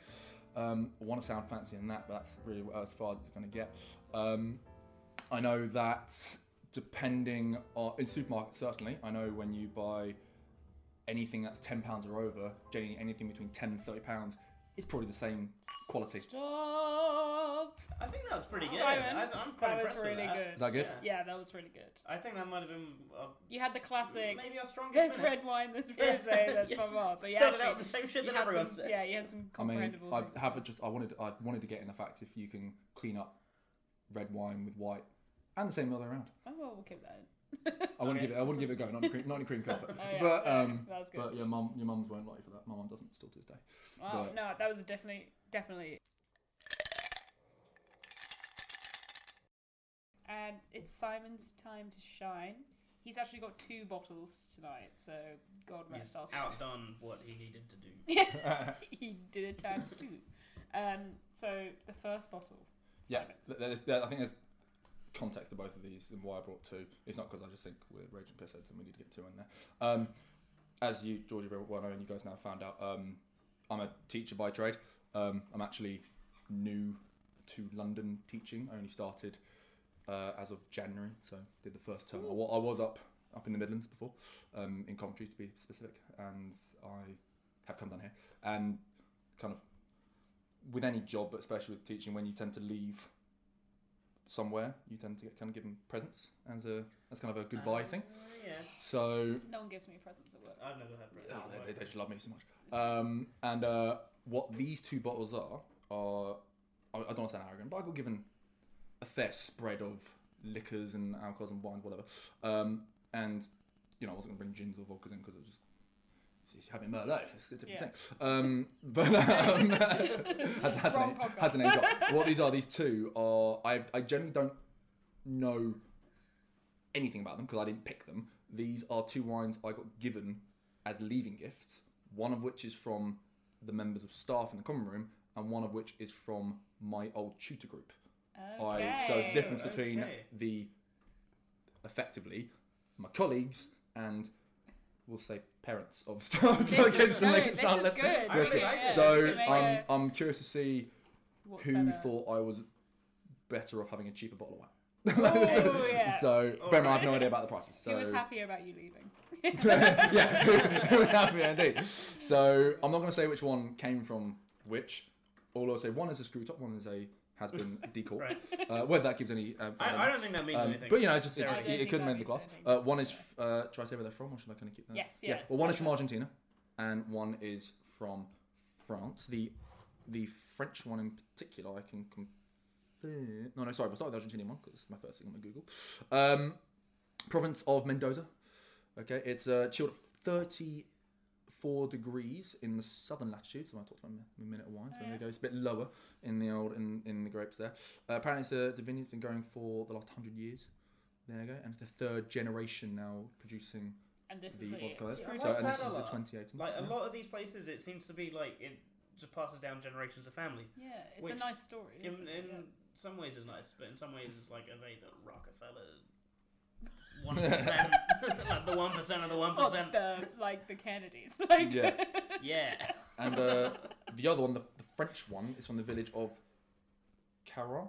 Um, I want to sound fancy in that, but that's really uh, as far as it's going to get. Um, I know that depending on in supermarkets certainly, I know when you buy anything that's ten pounds or over, generally anything between ten and thirty pounds, it's probably the same quality. Stop. I think that was pretty good. Simon, I, I'm quite that was impressed with really that. good. Is that good? Yeah. Yeah, that was really good. I think that might have been uh, You had the classic. maybe our strongest. There's minute. red wine, there's Yeah. rosé, there's Yeah. blah blah. But yeah, Started actually, out with the same shit you that had everyone some, said. yeah, you had some I mean, comprehensible. I things. have just I wanted I wanted to get in the fact if you can clean up red wine with white and the same other way around. Oh well, we'll keep that. I wouldn't Okay. give it I wouldn't give it a go, not in cream, not in cream carpet. Oh, yeah. But um, that was good. but yeah, mum your mums won't like you for that. My mum doesn't still to this day. Wow, but- no, that was definitely definitely. And it's Simon's time to shine. He's actually got two bottles tonight, so God rest He's us. outdone what he needed to do. he did it times two. Um, so the first bottle. Yeah, Simon. th- there's, there, I think there's context to both of these and why I brought two. It's not because I just think we're raging pissheads and we need to get two in there. Um, as you, Georgie, very well know, and you guys now found out, um, I'm a teacher by trade. Um, I'm actually new to London teaching. I only started uh, as of January, so did the first term. I, wa- I was up up in the Midlands before, um, in Coventry to be specific, and I have come down here and kind of with any job, but especially with teaching, when you tend to leave somewhere, you tend to get kind of given presents as a as kind of a goodbye Uh, thing. Yeah. So No one gives me presents at work. I've never had bread. oh, they, they, they just love me so much. Um, and uh, what these two bottles are are I, I don't want to sound arrogant, but I got given a fair spread of liquors and alcohols and wines, whatever. Um, and you know, I wasn't going to bring gins or vodkas in because it was just. it's- It's having Merlot, it's a different Yeah. thing. Um, but um, had, to- had, to Wrong name, had podcast. to name drop. What these are, these two are. I, I generally don't know anything about them because I didn't pick them. These are two wines I got given as leaving gifts, one of which is from the members of staff in the common room, and one of which is from my old tutor group. I, Oh, so it's the difference between Okay. the effectively my colleagues and we'll say parents of staff This to, is get- to make good, it sound this less is good. I really like Yeah. this. so Make it- I'm, I'm curious to see What's who better? thought I was better off having a cheaper bottle of wine. Oh, yeah. So, Oh. Bremer, I have no idea about the prices. So, He was happier about you leaving. yeah, who would have me indeed. So I'm not going to say which one came from which. All I'll say, one is a screw top, one is a has been decorked. uh, whether that gives any. Uh, I, I don't think that means um, anything. but you know, just, Sarah. it, just, I don't it, think could that mend the means glass. anything. Uh, one is, uh, should I say where they're from, or should I kind of keep that? Yes, yeah. Well, one is from Argentina, and one is from France. The the French one in particular, I can confirm. No, no, sorry, we'll start with the Argentinian one because it's my first thing on my Google. Um, province of Mendoza. Okay, it's uh, chilled at 34 degrees in the southern latitudes. So I talked about my my minute of wine, so Oh, there yeah. you go. It's a bit lower in the old in, in the grapes there. Uh, apparently, it's a, it's a vineyard that's been going for the last hundred years. There you go, and it's the third generation now producing And this the is the vodka. it's there. screw So, top. and this Like that a is the lot. 2018. like a yeah. lot of these places, it seems to be like it just passes down generations of families. Yeah, it's a Which- nice story. In, isn't it? Yeah. in some ways, it's nice, but in some ways, it's like are they the Rockefeller one percent, like the one percent of the one Or percent? the, like the Kennedys. Like, Yeah. Yeah, And uh, the other one, the, the French one, is from the village of Caron.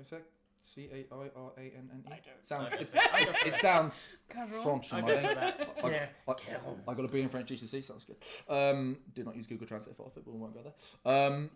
Is that C A I R A N N E? I don't- Sounds. I don't It, think- I it, don't it think- sounds Caron. French. I in my go head. for that. I- Yeah, I, Caron. I got a B in French GCSE, sounds good. Um, did not use Google Translate for it, but we won't go there. Um,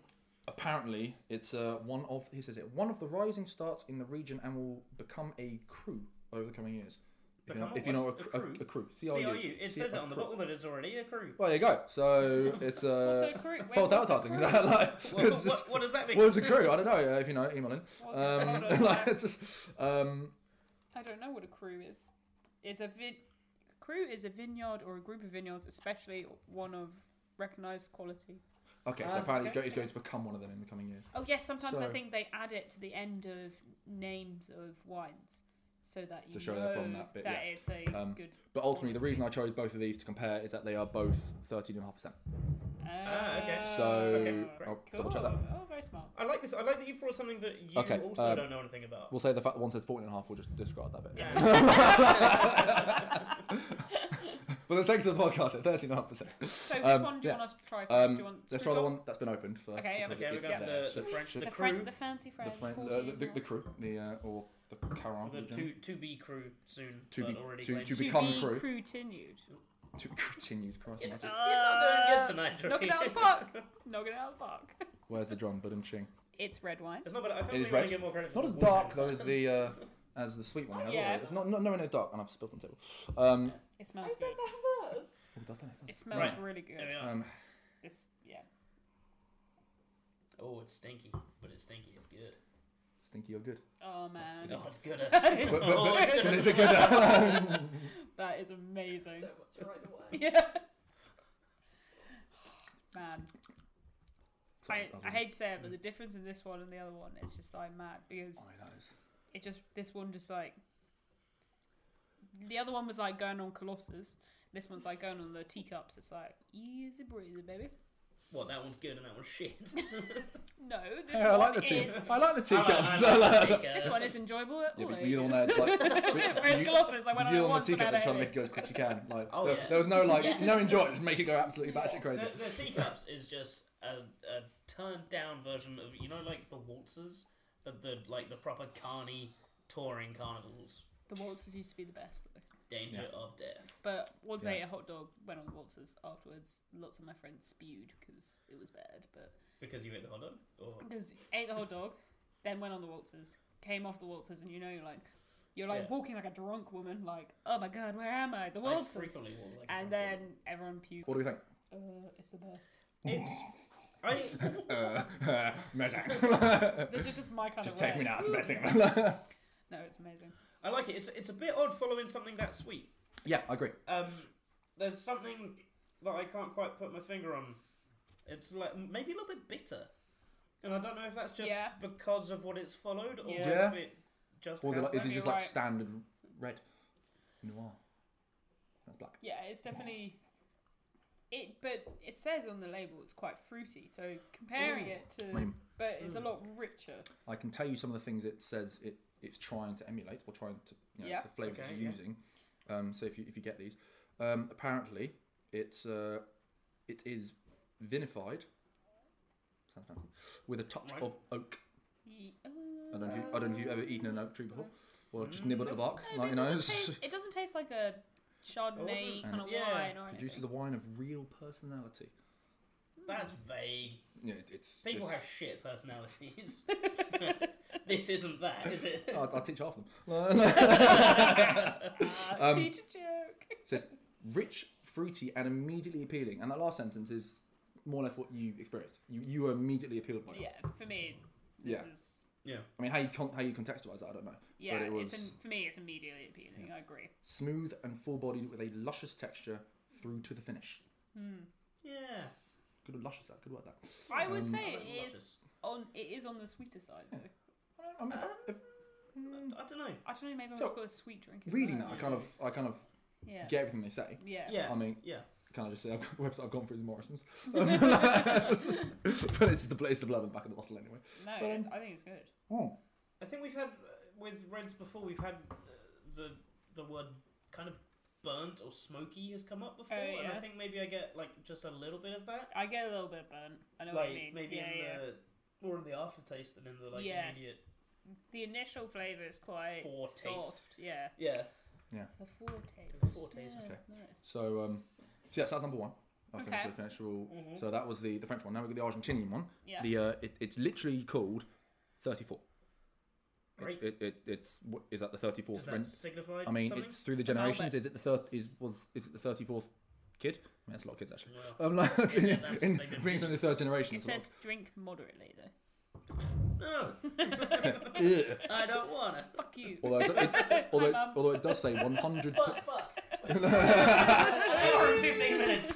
apparently, it's uh, one of he says it one of the rising starts in the region and will become a crew over the coming years. If you know, Become if you a know a, what? cr- A a, crew? a crew, C R CRU. U. oh, It says it on the crew. bottle that it's already a crew. Well, there you go. So it's Also, uh, crew. false advertising. Is that like, What, it's what, just- what, what does that mean? what was the crew? I don't know. yeah, If you know, email in. Um, like, I it's just, um, don't know what a crew is. It's a vin- crew is a vineyard or a group of vineyards, especially one of recognized quality. okay, so Ah, apparently he's, okay. go, he's going to become one of them in the coming years. Oh yes, sometimes I So- think they add it to the end of names of wines, so that you To show know they're from that bit, yeah. it's a Um, good. But ultimately, the reason I chose both of these to compare is that they are both 13.5%. Ah, okay. So Okay, great. I'll double check that. Oh, very smart. I like this. I like that you brought something that you Okay, also um, don't know anything about. We'll say the fact that one says 14.5, we'll just discard that bit. yeah. For the sake of the podcast, at 13.5%. So which Um, one do you yeah. want us to try first? Um, do you want let's try the Screwjob? one that's been opened first. Okay, yeah. because Okay, we it's got there. the- So- the French- so- the The, the, Fran- crew. the fancy French. Fran- uh, 14, the, the, the crew, the, uh, or the Caron. the the to to be crew soon. To but be- already to- claimed. to To be- become be crew. continued. to continues. Christ You're not almighty. doing good tonight, Uh, Knock Drew. it out of the park. Knock it out of the park. Where's the drum? But ching. It's red wine. It's not bad. I can't It believe is I red. didn't get more credit. for Not the as wood dark grain. though as the uh, as the sweet one. Oh, has, yeah. is it? It's not, not nowhere near dark, and I've spilled on the table. Um, It smells good. oh, it does, doesn't it? It smells Right. really There we good. are. Um, This, yeah. Oh, it's stinky, but it's stinky. It's good. stinky or good. Oh man, Oh, it's good. That is- Oh, it's good. But it's a good. um, that is amazing. So much right away. yeah. Man, sorry, I, it's I other hate to say it, but the difference in this one and the other one, it's just like mad because one. Oh, that is- it just this one just like the other one was like going on Colossus. This one's like going on the teacups. It's like easy breezy, baby. What? That one's good and that one's shit. No, this Yeah, I one like the tea. is. I like the I like- I teacups. like I like- the teacup. This one is enjoyable at Yeah, all but you ages. on there, like, Whereas you- Colossus, I went on you it on once the teacup, and they're I trying to hated it. make it go as quick as you can. Like, Oh, there, yeah. there was no like, Yeah. no enjoy, just make it go absolutely batshit crazy. The, the teacups is just a, a turned down version of you know like the waltzes, the, the like the proper carny touring carnivals. The waltzes used to be the best though. Danger Yeah. of death. But once I Yeah. ate a hot dog, went on the waltzes afterwards. Lots of my friends spewed because it was bad. But Because you ate the hot dog. Or because ate the hot dog, then went on the waltzes, came off the waltzers and you know you're like you're like Yeah. walking like a drunk woman, like, oh my god, where am I? The waltzers. frequently walk like a And drunk then everyone pukes. What do we think? Uh, it's the best. woman. it's I Uh, This is just my kind Just of. way. take me now. It's the best thing. ever. No, it's amazing. I like it. It's it's a bit odd following something that sweet. yeah, I agree. Um, there's something that I can't quite put my finger on. It's like maybe a little bit bitter, and I don't know if that's just Yeah. because of what it's followed or Yeah. if it just. Or is it has like, is that. it You're just like right. standard red noir? That's black. Yeah, it's definitely. It, but it says on the label it's quite fruity, so comparing it to, Mm. but it's a lot richer. I can tell you some of the things it says it, it's trying to emulate or trying to you know, Yeah. the flavors Okay, it's yeah. using. Um, so if you if you get these, um, apparently it's uh, it is vinified. Sounds fancy. With a touch Right. of oak. Ye- uh, I don't know. If you, I don't know if you've ever eaten an oak tree before, or just nibbled at the bark. no, but like, it, you know, doesn't it's- Oh, taste, it doesn't taste like a Chardonnay wouldn't- kind of Yeah. wine or produces anything. the wine of real personality. That's Hmm. vague. Yeah, it, it's People just- have shit personalities. this isn't that, is it? I'll, I'll teach half of them. Ah, Um, teach a joke. It says rich, fruity, and immediately appealing. And that last sentence is more or less what you experienced. You you were immediately appealed by it. Yeah, for me, this Yeah. is Yeah. I mean, how you con- how you contextualize that, I don't know. yeah. but it was It's in, for me, it's immediately appealing. I agree. smooth and full-bodied with a luscious texture through to the finish. Yeah. Good word, luscious, that. Good word, that. Hmm. I would Um, say I like it is luscious. on. It is on the sweeter side though. I mean, Uh, if, Um, I don't know. I don't know. Maybe I've So, just got a sweet drink. if, as reading well. that, I kind of I kind of Yeah. get everything they say. yeah. Yeah. I mean- yeah. Can I just say I've got, the website I've gone through is Morrison's, It's just- but it's the bl- it's the blurb on the back of the bottle anyway. No, But, it's, um, I think it's good. Oh, I think we've had uh, with reds before. We've had uh, the the word kind of burnt or smoky has come up before, Oh, and I yeah. think maybe I get like just a little bit of that, I get a little bit burnt. I know like what you mean. maybe yeah, in yeah. the more in the aftertaste than in the like Yeah. immediate. The initial flavour is quite Foretaste. soft. Yeah. Yeah, The foretaste. The foretaste. Yeah, Okay. nice. so um, so yeah, so that's number one. I think Okay. Mm-hmm. the French rule. So that was the, the French one. Now we've got the Argentinian one. Yeah. The uh, it, it's literally called 34. It- Great. It, it, it's what is that the 34th does that French? signify? I mean, something? it's through the An generations. Albert. Is it the third? Is was is it the 34th kid? I mean, that's a lot of kids actually. Well, Um, like, yeah, that's- in, they've been- brings in the third generation. It so says drink moderately though. no, that's- Ugh. I don't want to. Fuck you. although it, it- although, it, mum. although it does say 100. Fuck, fuck. An hour and fifteen minutes.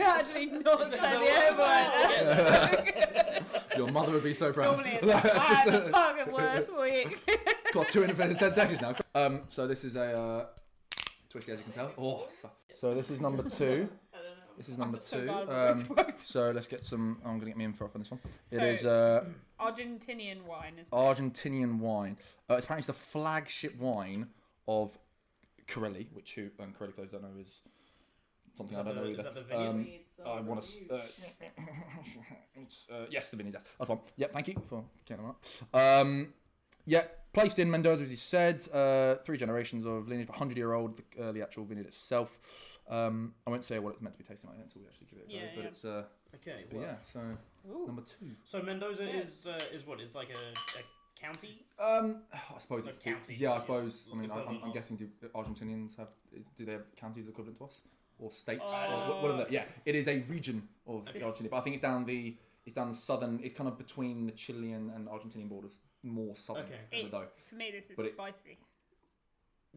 Actually, not It's said a long time to the Your mother would be so proud. Normally it's like, I had the fucking worst week. Got two in a- in 10 seconds now. Um, so this is a uh, twisty, as you can tell. Oh, fu- so this is number two. This is number so two. glad um, we worked. so let's get some. oh, I'm gonna get me info up on this one. So- it is uh, Argentinian wine is Argentinian wine. Uh, it's apparently the flagship wine of Corelli, which who and Corelli, for those who don't know, is something Is I that don't know the- either. is that the vineyard? Um, I want to. Uh, it's, uh, yes, the vineyard. Yes, that's one. Yep, thank you for getting them up. Um, yeah, placed in Mendoza, as you said, uh, three generations of lineage, but 100 year old, the, uh, the actual vineyard itself. Um, I won't say what it's meant to be tasting like until we actually give it a go, Yeah, but yeah. it's. Uh, Okay, but well, yeah, so Ooh. number two. So Mendoza Yeah. is uh, is what is like a, a county. Um, I suppose Like it's county, yeah. I yeah. suppose. I mean, I, I'm, Equivalent I'm of- guessing do Argentinians have do they have counties equivalent to us or states Uh, or wha- whatever? Yeah, it is a region of Okay. Argentina, but I think it's down the it's down the southern. It's kind of between the Chilean and Argentinian borders, more southern Okay. It- though. For me, this But is it- spicy.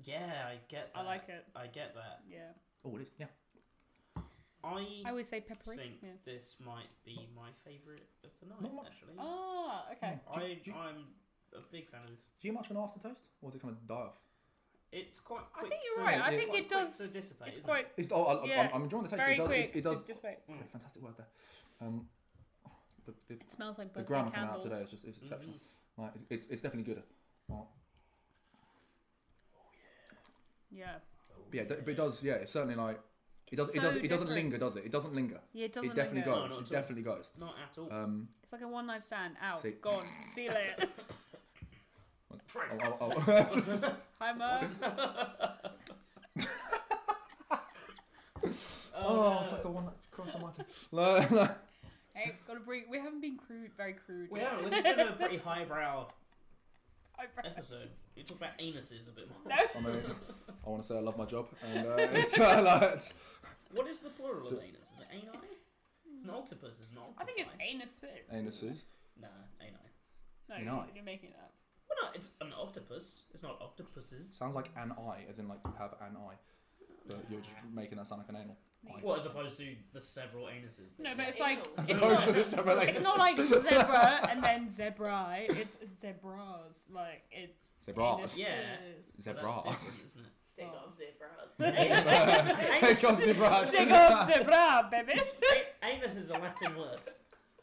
Yeah, I get. That. I like it. I get that. Yeah. Oh, it is. Yeah, I I always say peppery. think Yeah. this might be my favourite of the night. Not much. Actually, Ah, okay. Do you- I do you- I'm a big fan of this. do you get much of an after toast, or does it kind of die off? It's quite. I Quick think you're to- right. I it- think quite it quick does. to dissipate, It's isn't quite It's oh, I, Yeah. I'm, I'm enjoying the taste. very it does, quick. It, it does. to dissipate. Great, fantastic word there. Um, the, the, It smells like the birthday grammar coming out candles. today is just is exceptional. Mm-hmm. Like it, it, it's definitely good. Like, Yeah. But yeah, it, but it does. Yeah, it's certainly like it It's does. so it does. It doesn't different. linger, does it? It doesn't linger. Yeah, it doesn't. it definitely linger. No, goes. not it at all. definitely goes. Not at all. Um, It's like a one night stand. Out. See- Gone. See you later. oh, Frank. oh, oh. Hi, Mum. Um, Oh, it's like a one cross almighty. No, no. Hey, gotta bring. We haven't been crude, very crude. we yet. haven't. This has been a pretty highbrow eyebrows. episode. You talk about anuses a bit more. No. I mean, I want to say I love my job, and uh, it's uh, like What is the plural of Do- anus? Is it ani? It's an octopus. It's an octopus. I think it's anuses. anuses. Nah, ani. No, Anus. you're making it up. Well, no, it's an octopus. It's not octopuses. Sounds like an eye, as in like you have an eye, but you're just making that sound like an anal. eye. Well, as opposed to the several anuses. that No, you but have. it's like As it's opposed to not, the several it's not like zebra and then zebrae. It's zebras. Like it's Zebras. Yeah. anuses. Well, Zebras. That's different, isn't it? Take Oh. off Take off zebras. zebras. Take off zebra, baby. A- Anus is a Latin word,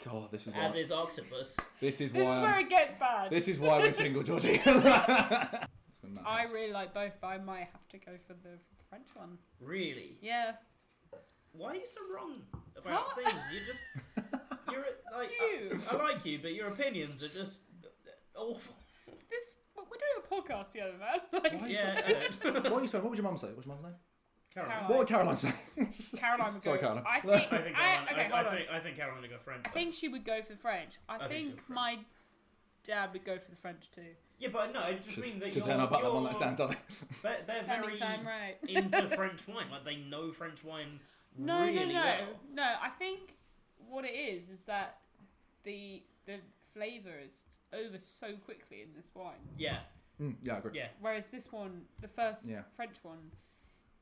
God, this is as why. is octopus. This is This is where why. it gets bad. I'm- This is why we're single, Georgie. I really like both, but I might have to go for the French one. Really? Yeah. Why are you so wrong about Huh? things? You're just. You're a- like. You. I, I like you, but your opinions are just awful. This we're doing a podcast together, man. Like, Why is Yeah. that- I know. What are you saying? What would your mum say? What's your mum say? Caroline. Caroline. What would Caroline say? Caroline would go. Sorry, Caroline. I think. I I- think okay, Caroline. I, hold I, on. think, I think Caroline would go French. I think she would go for French. I, I think think, she'll go my dad would go for the French too. Yeah, but no, it just means that Because you're. then I bet the one that you're- stands up. They're, they're That very means I'm right. into French wine. Like they know French wine. No, no, really no, Well. no. I think what it is is that the the flavor is over so quickly in this wine, Yeah, Mm, yeah, I agree. yeah. whereas this one, the first Yeah. French one,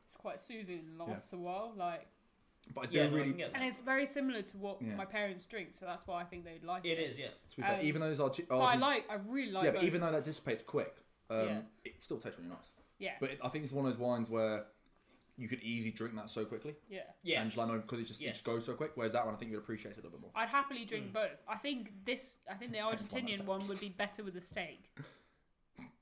it's quite soothing and Yeah. lasts a while. Like, But I do yeah, um, no, I really. can get that. and it's very similar to what Yeah. my parents drink, so that's why I think they'd like it. It is, yeah. to be fair, um, even though those are. G- But I Argent- like, I really like. yeah, both. but even though that dissipates quick, um, Yeah. it still tastes really nice. yeah, But it, I think it's one of those wines where you could easily drink that so quickly. yeah. Yeah. And just like, no, because it just, it Yes. just goes so quick. Whereas that one, I think you'd appreciate it a little bit more. I'd happily drink Mm. both. I think this, I think the Hence why that's Argentinian one would be better with a steak.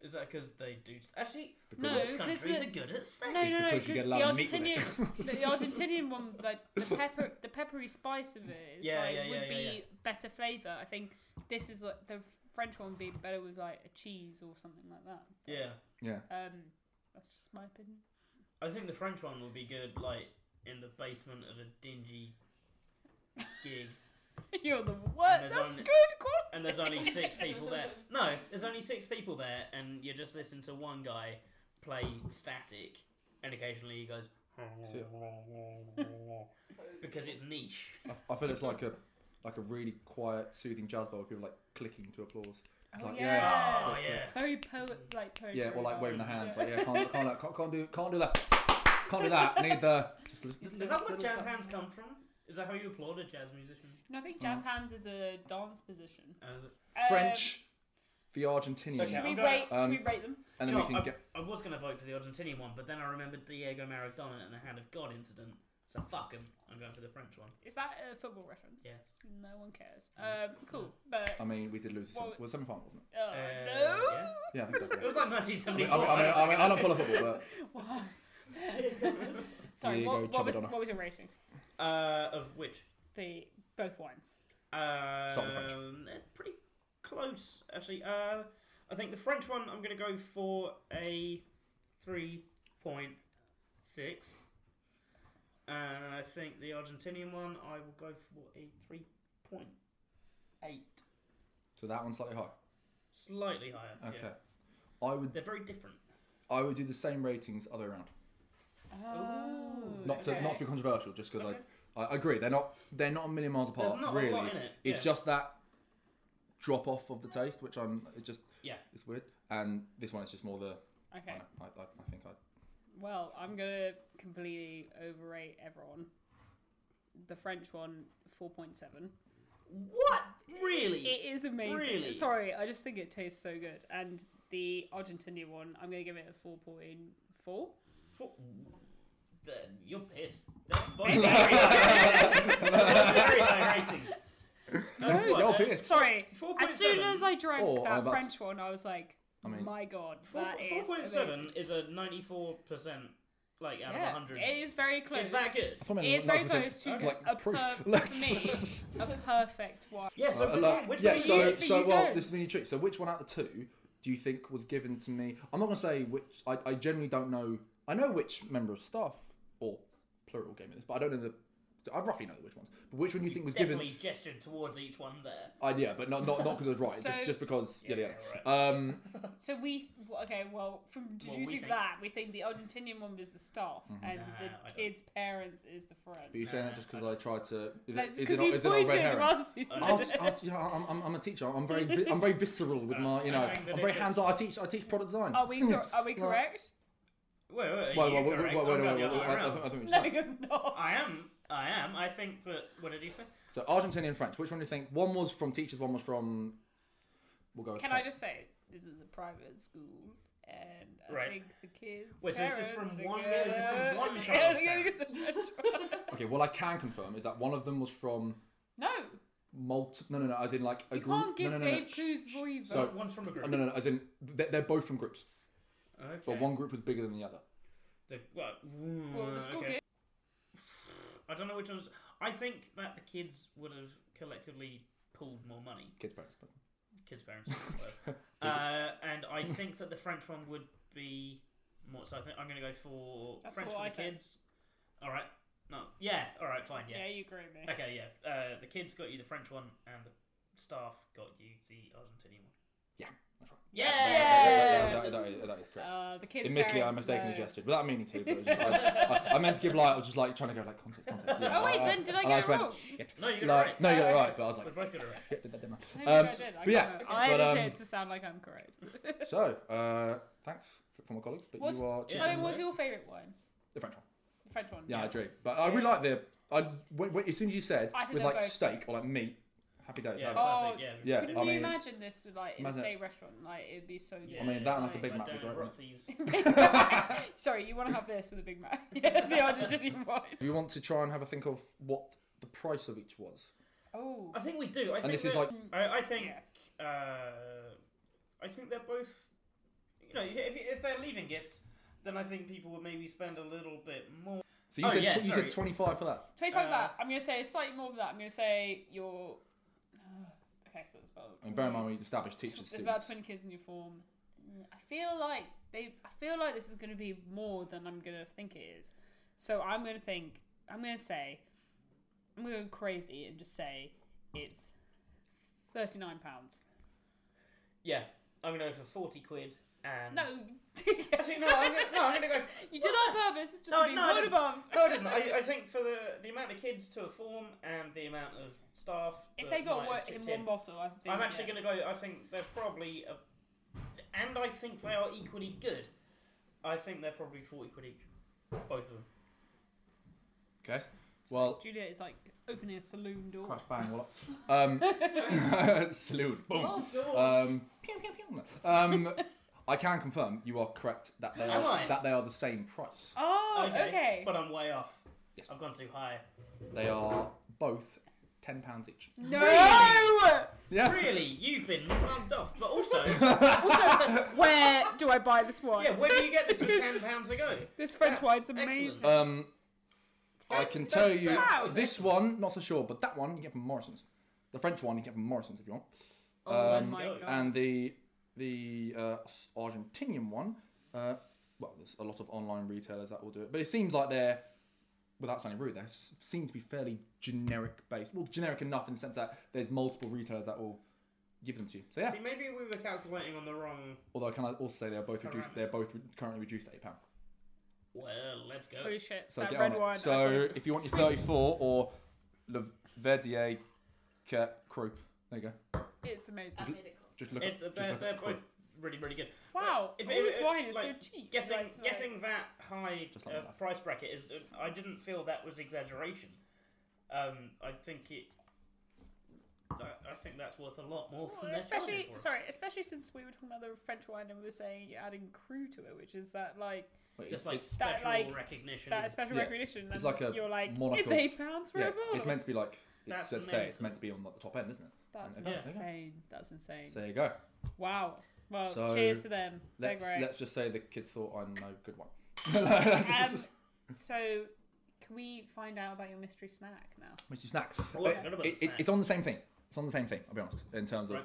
Is that because they do actually? Because No, most because countries the- are good at steak. No, no, no, because because you the get a lot of meat with it. Argentinian, the, Argentinian one, like the pepper, the peppery spice of it, is Yeah, like, yeah, would yeah, be yeah, better flavour. I think this is like the French one would be better with like a cheese or something like that. Yeah, Yeah. Um, that's just my opinion. I think the French one will be good, like in the basement of a dingy gig, You're the there's worst. That's only- good quality. and there's only six people there. No, there's only six people there, and you just listen to one guy play static, and occasionally he goes because it's niche. I, I feel it's like a like a really quiet, soothing jazz bar with people like clicking to applause. It's Oh, like, yeah. it's Oh quick, yeah. Very poet, like poetry. Yeah, or like vibes, waving the hands. Like, yeah. yeah, can't, can't, like, can't, can't do, can't do that. Can't do that. Need the. Just li- Is that where jazz hands come from? Is that how you applaud a jazz musician? No, I Mm. think jazz hands is a dance position. As um, French, the Argentinian, Okay, Should we I'm going- rate? Um, should we rate them? and then No, um, we can I, get. I was going to vote for the Argentinian one, but then I remembered Diego Maradona and the Hand of God incident. So fuck him. I'm going for the French one. Is that a football reference? Yeah. No one cares. Mm. uh, Um, cool, but I mean, we did lose. Well, Well, was semi final, wasn't oh no. yeah. it? Yeah, I think so. It was like I mean, 1974. I mean, I mean, I mean, I don't follow football, but Wow. Sorry, Diego what, what was Chabadonna. what was your rating? uh, of which? The both wines. Um, Stop the French. they're pretty close, actually. Uh, I think the French one, I'm going to go for a 3.6. And I think the Argentinian one, I will go for a 3.8. so that one's slightly higher. Slightly higher. Okay. Yeah. I would They're very different. I would do the same ratings other way around. Oh, Not to not to be controversial, just because Okay. I, I agree they're not they're not a million miles apart. There's not really, a lot in it. it's yeah. just that drop off of the taste, which I'm it's just Yeah. it's weird. And this one is just more the I, Okay. don't know, I, I, I think I Well, I'm gonna completely overrate everyone. The French one, four point seven. What? Really? It is amazing. Really? Sorry, I just think it tastes so good. And the Argentinian one, I'm gonna give it a four point four. What- Then You're pissed. They're both very very high ratings. No, You're uh, pissed. Sorry. 4.7. As soon as I drank Or that about- French one, I was like, I mean- my god, Four- that is 4.7 amazing. is a 94% like out Yeah, of 100. it is very close. Is that good? I thought maybe It is like very we close said, to it's like a proof. perfect Let's- A perfect one. Yeah, so Uh, which like- one- which yeah, one so you but so you well, don't. this is the new trick. So which one out of the two do you think was given to me? I'm not gonna say which. I, I generally don't know. I know which member of staff or plural gave me this, but I don't know the I roughly know which ones, but which one you think was given? Definitely gestured towards each one there. idea, but not not not because I was right, So- just just because. Yeah, yeah. yeah, right. Um, So we well, okay. Well, from Well, we deducing think- that, we think the Argentinian one was the staff, Mm-hmm. and Nah, I the don't. kids' parents is the friend. but you're saying that just because I tried to. Is it, Because is it, not, you is it not pointed red herring? whilst you said Oh, I'll it. just, I'll, you know, I'm, I'm- I'm a teacher. I'm very, vi- I'm very visceral with my, you know, I think that I'm very it is. hands-on. I teach, I teach product design. Are we cor- are we Like- correct? Wait, wait, wait, Wait, wait, wait, wait, wait, wait, wait, wait, wait, I- I wait, think we No, just- you're not. I am. I am. I think that. What did you say? So Argentinian French. Which one do you think? One was from teachers. One was from. We'll go. With Can Pep. I just say this is a private school, and I Right. think the kids. Wait, so is this parents from are one- gonna- is this from one Yeah, child's they're gonna get the French one. Okay. Well, I can confirm is that one of them was from no, multi. No, no, no. As in like a you group. can't give no, no, no, no. Dave clues before you vote. So- One's from a Oh, group. no, no, no. As in they're, they're both from groups, Okay. but one group was bigger than the other. The, well, mm, well, the school okay. kid- I don't know which ones. I think that the kids would have collectively pulled more money. Kids' parents. Kids' parents. but- uh, and I think that the French one would be more. So I think I'm going to go for That's French what for I the said. kids. All right. No. Yeah. All right. Fine. Yeah, Yeah. you agree, with me. Okay. Yeah. Uh, the kids got you the French one, and the staff got you the Argentinian one. Yeah, that's right. Yeah. That- that- that- that- that is correct. Uh, the kids. Admittedly, I parents, mistakenly no. gestured without meaning to. But it was just, I, I, I meant to give light. I was just like trying to go like context, context. Yeah, Oh wait, I- then did I and Uh, I get just it went, wrong? Shit. No, you got it like, right. No, you got Oh, it right. But I was We're like, both got it right. shit, did that, didn't I? Maybe Um, I did. I but yeah, can't remember. I but, edited um, it to sound like I'm correct. So, uh, thanks for, for my colleagues, but What's- you are Yeah. Tell me, that's what's nice. your favourite one? the French one. The French one. Yeah, I agree. But I really like the. I when, when, as soon as you said I think with they're like both- steak or like meat, happy days. Yeah. have it. Oh, perfect, yeah. yeah. Couldn't I you mean, imagine this with like in a Imagine- state restaurant? Like it'd be so. Yeah, I mean, that and like a like, Big like Mac down would be at great. wouldn't it? Roxy's. good. Sorry, you want to have this with a Big Mac? Yeah, the Argentinian one. Do you want to try and have a think of what the price of each was? Oh, I think we do. I And think this is that- like I, I think. Yeah. Uh, I think they're both. You know, if, if they're leaving gifts, then I think people would maybe spend a little bit more. so. You Oh, said yeah, you sorry. said twenty five for that. twenty-five. of uh, that I'm gonna say slightly more than that. I'm gonna say your. okay, so it's about. And bear in mind we established Tw- teachers. There's students. about twenty kids in your form. Mm, I feel like they. I feel like this is going to be more than I'm going to think it is. So I'm going to think. I'm going to say. I'm going to go crazy and just say it's thirty nine pounds. Yeah, I'm gonna go for forty quid and. No, Actually, no, I'm gonna, no, I'm gonna go. you did that on purpose. Just No, to be no, I one didn't. above. No, I didn't. I, I think for the the amount of kids to a form and the amount of staff. If that they got might have what in chipped one bottle, I think I'm actually yeah. going to go. I think they're probably, a, and I think they are equally good. I think they're probably forty quid each, both of them. Okay. Well, Juliet is like opening a saloon door. crash bang wallop. Um, salute. Oh, Boom. Oh, Um, pew, pew, pew. Um, I can confirm you are correct that they Am are I? that they are the same price. Oh, okay. But I'm way off. Yes. I've gone too high. They are both ten pounds each. No. Yeah. Really, you've been mugged off. But also, also, where do I buy this wine? yeah, where do you get this for ten pounds ago? This French That's wine's excellent. amazing. Um, I can tell you Wow. this one, not so sure, but that one you get from Morrison's. The French one you get from Morrison's if you want. oh um, my and- god. And the the uh, Argentinian one, uh, well, there's a lot of online retailers that will do it, but it seems like they're, without sounding rude, they s- seem to be fairly generic based. Well, generic enough in the sense that there's multiple retailers that will give them to you. So yeah. See, maybe we were calculating on the wrong. Although can I also say they are both reduced? They're both re- currently reduced at eight pound. Well, let's go. Holy shit. So that get red on it. wine. So if you want your 34 or Le Verdier Ke Croup, there you go. It's amazing. Just look It, at, just they're look they're at both Croup. really, really good. Wow. If all it- this it- wine is like, so cheap. Guessing, Like, it's like- guessing that high Just like uh, that. price bracket is. uh, I didn't feel that was exaggeration. Um, I think it. I I think that's worth a lot more Well, than they're especially charging for. it. sorry, especially since we were talking about the French wine and we were saying you're adding crew to it, which is that like Wait, Just like it's, special like- recognition. that special Yeah. recognition. It's and like a you're like monarch it's of- eight pounds for yeah, a bottle. it's meant to be like it's, That's let's say it's mental. meant to be on like the top end, isn't it? That's Yeah. insane. That's insane. So there you go. Wow. Well, So, cheers to them. They're Let's great. let's just say the kids thought I'm no good one. Um, Just- just- So, can we find out about your mystery snack now? Mystery snacks. Oh, I forgot about the It- it- snack. it's on the same thing. It's on the same thing. I'll be honest. In terms of Right.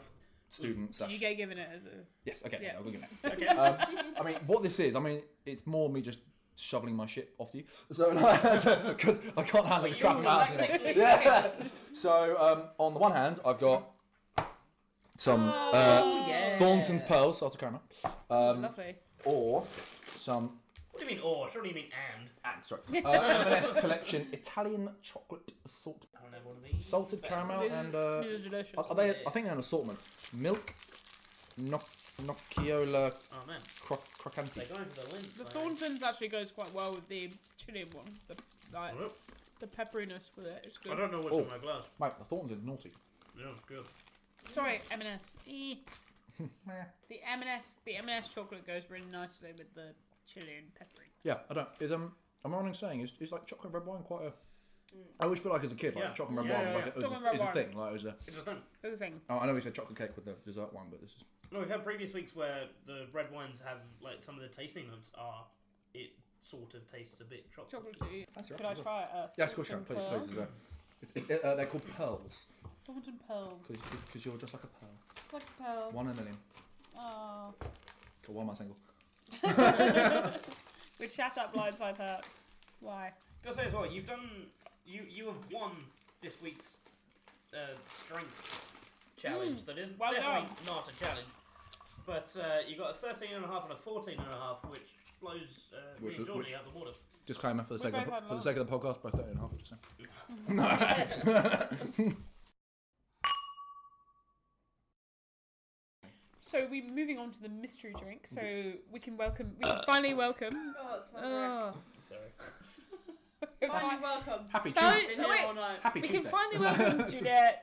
students. Did you get given it as a? Yes, okay, Yeah. yeah, we'll give it. Okay. Um, I mean, what this is, I mean, it's more me just shoveling my shit off you. So because I can't handle the crap all amount like of it. next week. Yeah. So um, on the one hand, I've got some uh, Oh, yeah. Thornton's pearls, salted caramel, um, Lovely. or some What do you mean or? Surely you mean and. and sorry, uh, M&S collection Italian chocolate assault, I don't know one of these. salted caramel, and uh, These are delicious. are, are they? I think they're an assortment. Milk, noc- nocciola, Oh man, croc- they're crocanti. going for the win. The like- Thornton's actually goes quite well with the chili one. The like, I the pepperiness with it. It's good. don't know what's Oh. in my glass. Mate, the Thornton's is naughty. Yeah, it's good. Sorry, M&S. Eh. the M&S, the M&S chocolate goes really nicely with the chili and peppery. Yeah, I don't. Is um, am I wrong in saying is, is like chocolate red wine quite a? Mm. I always feel like as a kid, like Yeah. chocolate red Yeah, wine yeah, was like yeah. a, it was, Chocolate a, red is a wine. thing. Like it was a. It's a thing. Good thing. Oh, I know we said chocolate cake with the dessert one, but this is No, we've had previous weeks where the red wines have like some of the tasting notes are it sort of tastes a bit chocolate. Chocolatey. That's Could right. I try it? Uh, yeah, it's called Thornton Sharon. Please, Pearl? please. Is a, it's, it's, uh, they're called pearls Thornton Pearl. because you're just like a pearl, Just like a pearl. one in a million. Oh. Cool, why am I single? With Shut Up Blindside Hurt. Why? Gotta say as well, you've done you you have won this week's uh, strength Hmm. challenge. That is well definitely not a challenge, but uh, you got a 13 and a half and a 14 and a half, which blows uh, Which- me and Geordie which- out of the water. Disclaimer for the We sake of both had the, po- for the lots. sake of the podcast by thirty and a half percent. So we're moving on to the mystery drink. So we can welcome, we can finally welcome. Oh, it's my drink. Oh. Sorry. Finally, welcome. Happy Found Tuesday. it- Been oh, here wait. all night. Happy We Tuesday. can finally welcome Juliet, Juliet's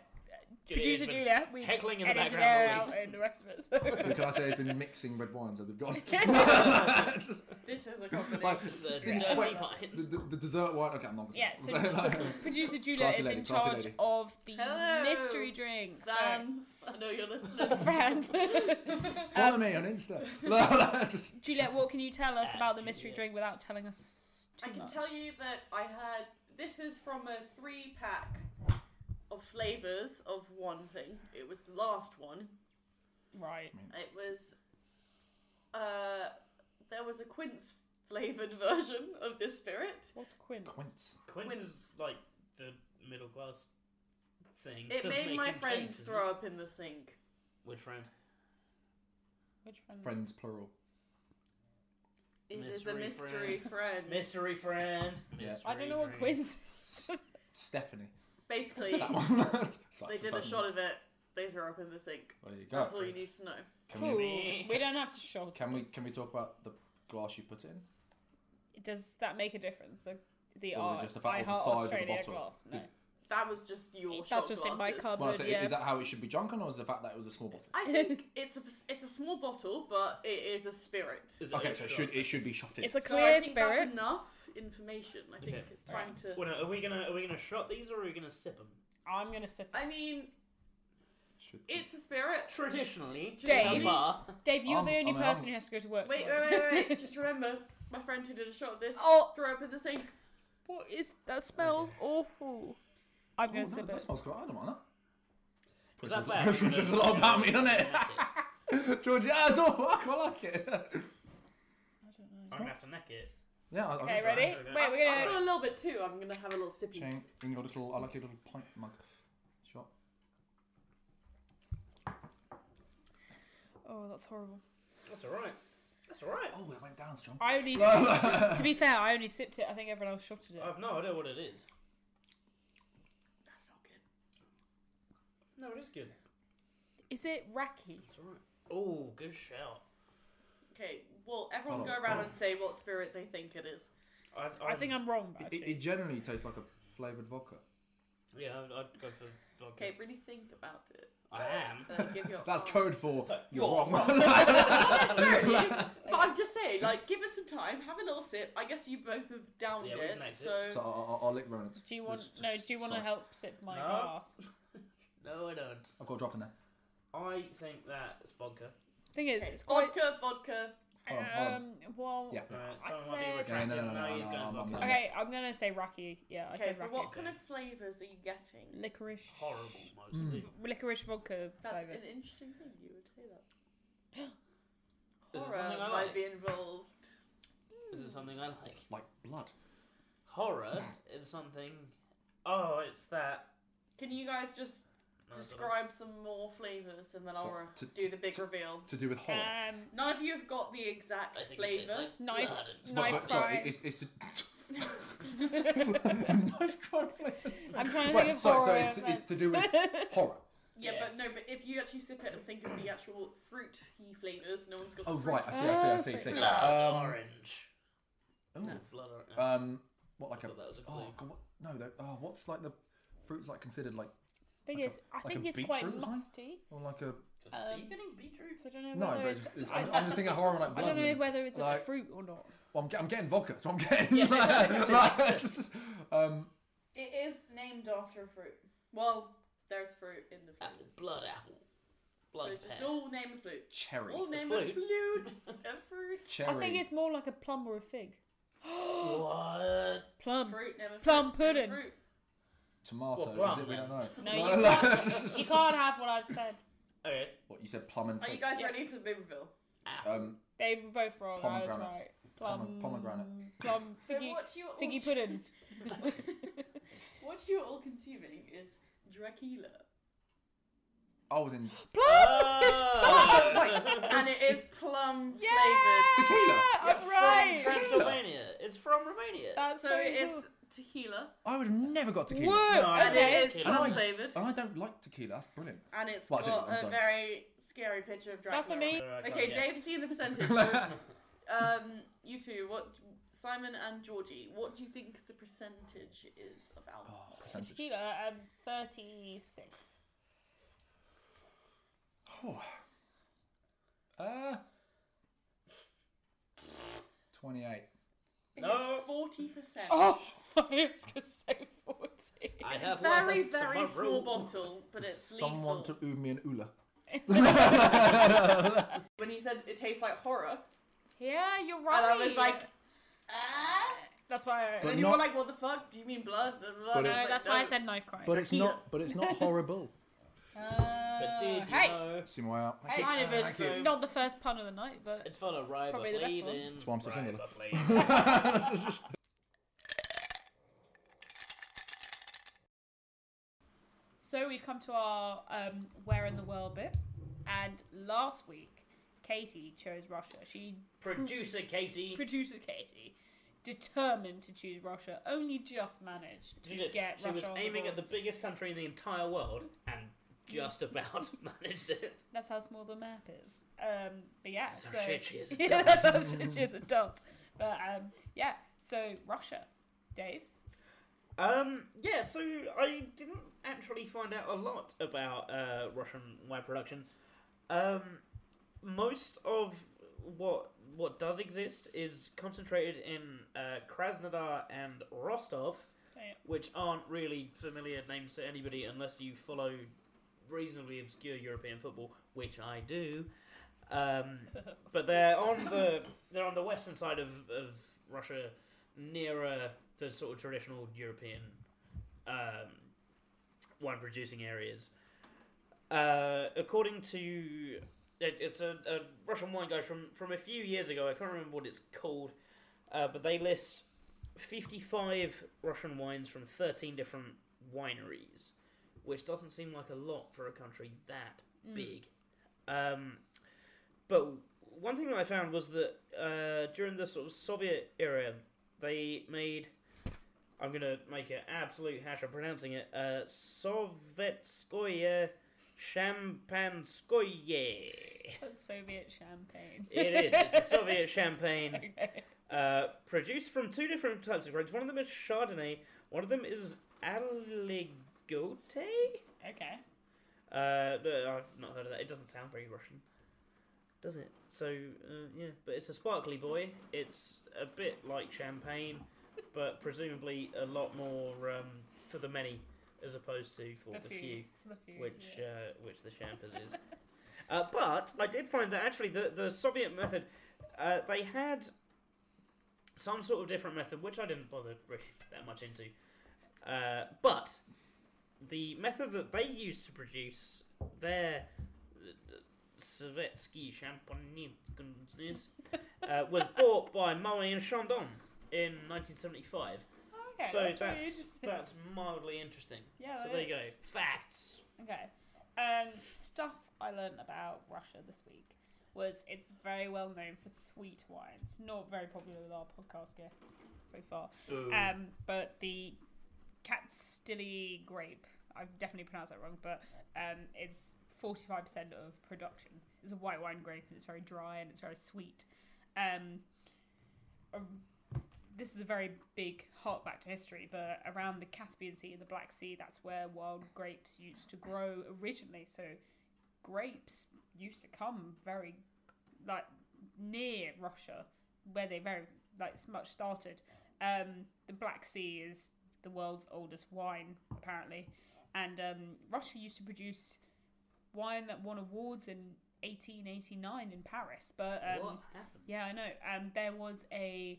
producer been Juliet. We heckling in the edited background her all out and the rest of it. So. Can I say it's been mixing red wines that we've got? It's just- This is a Like, combination. It's a Didn't dirty quite- pint. the, the, the dessert wine. Okay, I'm not. gonna say yeah. it. So Like- producer Juliet Classy is lady, in classy charge lady. of the Hello. mystery drink. So- Sans. I know you're listening. Fans. Follow Um, me on Insta. Like, just- Juliet, what can you tell us Uh, Ah, about the mystery Juliet. drink without telling us too I can much? tell you that I had. This is from a three pack of flavours of one thing. It was the last one. Right. It was. Uh, there was a quince flavoured version of this spirit. What's quince? Quince. Quince Quince. is like the middle class thing. It for made my making friend cakes, isn't throw it? up in the sink. Which friend? Which friend? Friends plural. It is Mystery a mystery friend. Mystery friend. Yeah. Mystery I don't know what friend. quince. Stephanie. Basically, That one. they did a shot of it. They threw up in the sink. There you go. That's all you need to know. Can, Cool. we, we- We don't have to show. can we can we talk about the glass you put in? Does that make a difference? The the Or is it art, just the fact I of the heart size of the Australia bottle? glass. No. Did- That was just your That's shot just in my glasses. cup. Well, I Good, say, yeah. is that how it should be drunken, or is the fact that it was a small bottle? I think it's a it's a small bottle, but it is a spirit. Is it Okay, a so it shot? should it should be shotted. It's a So I clear think spirit. That's enough information. I think Okay. it's trying to. Well, no, are we gonna are we gonna shot these or are we gonna sip them? I'm gonna sip. I mean, Should- it's a spirit. Traditionally, Dave. in a bar. Dave, you're I'm- the only I'm- person I'm- who has to go to work. Wait, wait, tomorrow, wait, so- wait, wait. Just remember, my friend who did a shot of this Oh. threw up in the sink. What is that? Smells awful. I'm Oh, gonna no, sip that it. smells quite. I don't want Is that. that bad? Which is a lot about me, isn't it? George, yeah, it's all I quite like it. I don't know. I'm gonna have to neck it. Yeah. I, Okay, I, ready? okay. Wait, we're I've gonna. got a little bit too. I'm gonna have a little sippy. Shane, in your little, I like your little pint mug shot. Oh, that's horrible. That's all right. That's all right. Oh, it went down strong. I only. to be fair, I only sipped it. I think everyone else shotted it. I've no idea what it is. That's not good. No, it is good. Is it racky? It's all right. Oh, good shout. Okay, well, everyone Hold go on, around hold and say what spirit they think it is. I, I think I'm wrong, but It, it, it generally tastes like a flavoured vodka. Yeah, I'd, I'd go for vodka. Okay, really think about it. I am. Uh, give your That's code for So- you're you're wrong. Not necessarily, but I'm just saying, like, give us some time, have a little sip. I guess you both have downed Yeah, we've it, nicked it. so. so I'll, I'll, I'll lick remnants. Do you It's want just- no? Do you want to sorry. help sip my No. glass? No, I don't. I've got a drop in there. I think that's vodka. Thing is, Okay, it's quite. vodka, vodka. Hold on, hold on. Um. Well. Yeah. All right, I someone might said- be Yeah, no, retracted. no, no, now no, he's no, going I'm- vodka. I'm- Okay, I'm gonna say racky. Yeah, I Okay, said but racky. what kind of flavours are you getting? Licorice. Horrible, mostly. Licorice vodka That's flavors. an interesting thing, you would say that. Is it Horror something I might like? be involved. This is something I like. Like blood. Horror is something. Oh, it's that. Can you guys just describe some more flavors and then I'll What? re- To- do to- the big to- reveal? To do with horror. Um, None of you have got I the exact think it tastes flavor. like Knife- blood and- But- knife but- sorry, crimes. it's, it's to- knife crime flavours. I'm trying to Wait, think of sorry, horror. sorry, it's, it's to do with horror. yeah, Yes. but no. But if you actually sip it and think of the actual fruity flavors, no one's got. Oh the fruit. right, I see, I see, I see, I see. blood Um, orange. oh, Blood orange. um, what like I a, thought that was a oh clue. god, what, no, no, oh, what's like the fruits like considered like thing like a- is, I like a think it's beetroot or quite something? musty. or like a Are um, you getting beetroot? So I don't know no, whether but it's, it's. it's, I, I'm, I'm just thinking of horror and like I blood. don't know and- whether it's like- a fruit or not. well, I'm, ge- I'm getting vodka, so I'm getting like, it's just, um, It is named after fruit. Well, there's fruit in the Apple, flute. blood apple. So Blood just pear. all name a flute. cherry, All name a flute. A fruit. cherry. I think it's more like a plum or a fig. What? Plum. Fruit never Plum fruit, never pudding. Fruit. tomato. Well, plum, is it? We don't know. No, you can't. it's just- you can't Oh, have what I've said. Okay. What you said, plum and Are you fig. guys Yeah. ready for the big reveal? Apple. um, They were both wrong. I was Pomegranate. right. Pome- Plum. pomegranate. Plum. So Figgy, what you figgy pudding. what you're all consuming is Dracula, I was in Plum. It's Oh plum. and it is plum Yeah. flavored. tequila. I'm Right. From right. Transylvania. It's from Romania. That's So it is tequila, I would have never got tequila. Whoa. I and okay. it didn't. is And plum I- flavored, And I don't like tequila. That's brilliant. and it's Well, I got do, I'm a sorry. Oh very scary picture of Dracula. That's amazing. Okay, Dave's seen the percentage. So, um, you two, what Simon and Georgie, what do you think the percentage is of alcohol? Oh, percentage. Tequila. Um, thirty-six. Oh. Uh, 28. No. It's forty percent. Oh, I was gonna say forty. I It's a have very, one very tomorrow. small bottle, but it's Someone lethal. to oo me and oola. When he said it tastes like horror, Yeah, you're right. and I was like, ah. that's why. I, But and you not- were like, what the fuck? Do you mean blood? Blah, blah, blah. But And I it's- was no, that's like, why I "No." said knife crime. But it's not. But it's not horrible. But did you Uh, hey, know? See my out. Hey, kind Uh, of is, though. not the first pun of the night, but It's full of Probably the best one. riboflavin. That's why I'm still single. Riboflavin. so we've come to our um, where in the world bit, and last week Katie chose Russia. She Producer Katie. producer Katie determined to choose Russia, only just managed to Did it. get she Russia was on aiming the at the biggest country in the entire world and just about managed it. That's how small the map is. Um, but yeah, That's how so shit she is at yeah, that's how shit she is adult. But um, yeah, so Russia, Dave. Um, yeah, so I didn't actually find out a lot about uh, Russian wine production. Um, most of what what does exist is concentrated in uh, Krasnodar and Rostov, which aren't really familiar names to anybody unless you follow reasonably obscure European football, which I do. Um, but they're on the they're on the western side of, of Russia, nearer to sort of traditional European um, wine producing areas. Uh, according to it, it's a, a Russian wine guy from from a few years ago. I can't remember what it's called, uh, but they list fifty five Russian wines from thirteen different wineries, which doesn't seem like a lot for a country that big. Um, but one thing that I found was that uh, during the sort of Soviet era, they made. I'm gonna make an absolute hash of pronouncing it. Uh, Sovetskoye Champanskoye. That's Soviet champagne. It is. It's the Soviet champagne. Okay. Uh, produced from two different types of grapes. One of them is Chardonnay. One of them is Aligote. okay. Uh, no, I've not heard of that. It doesn't sound very Russian, does it? So uh, yeah, but it's a sparkly boy. It's a bit like champagne, but presumably a lot more um, for the many as opposed to for the, few, For the few. which yeah. uh, which the champers is. Uh, but I did find that actually the the Soviet method, uh, they had some sort of different method which I didn't bother really that much into. Uh, but the method that they used to produce their uh, Savetsky Champagnes uh, was bought by Molly and Chandon in 1975. Oh, Okay, so that's, that's really that's, interesting. Oh, mildly interesting. Yeah, so that there you go. is. Facts. Okay. Um, stuff I learned about Russia this week was it's very well known for sweet wines. Not very popular with our podcast guests so far. Um, but the Catstilly grape, I've definitely pronounced that wrong, but um, it's 45% of production. It's a white wine grape and it's very dry and it's very sweet. Um, um, this is a very big hark back to history, but around the Caspian Sea and the Black Sea, that's where wild grapes used to grow originally. So grapes used to come very like near Russia, where they very like s- much started. Um, the Black Sea is the world's oldest wine apparently, and um, Russia used to produce wine that won awards in 1889 in Paris. But um, what happened? yeah, I know. Um, there was a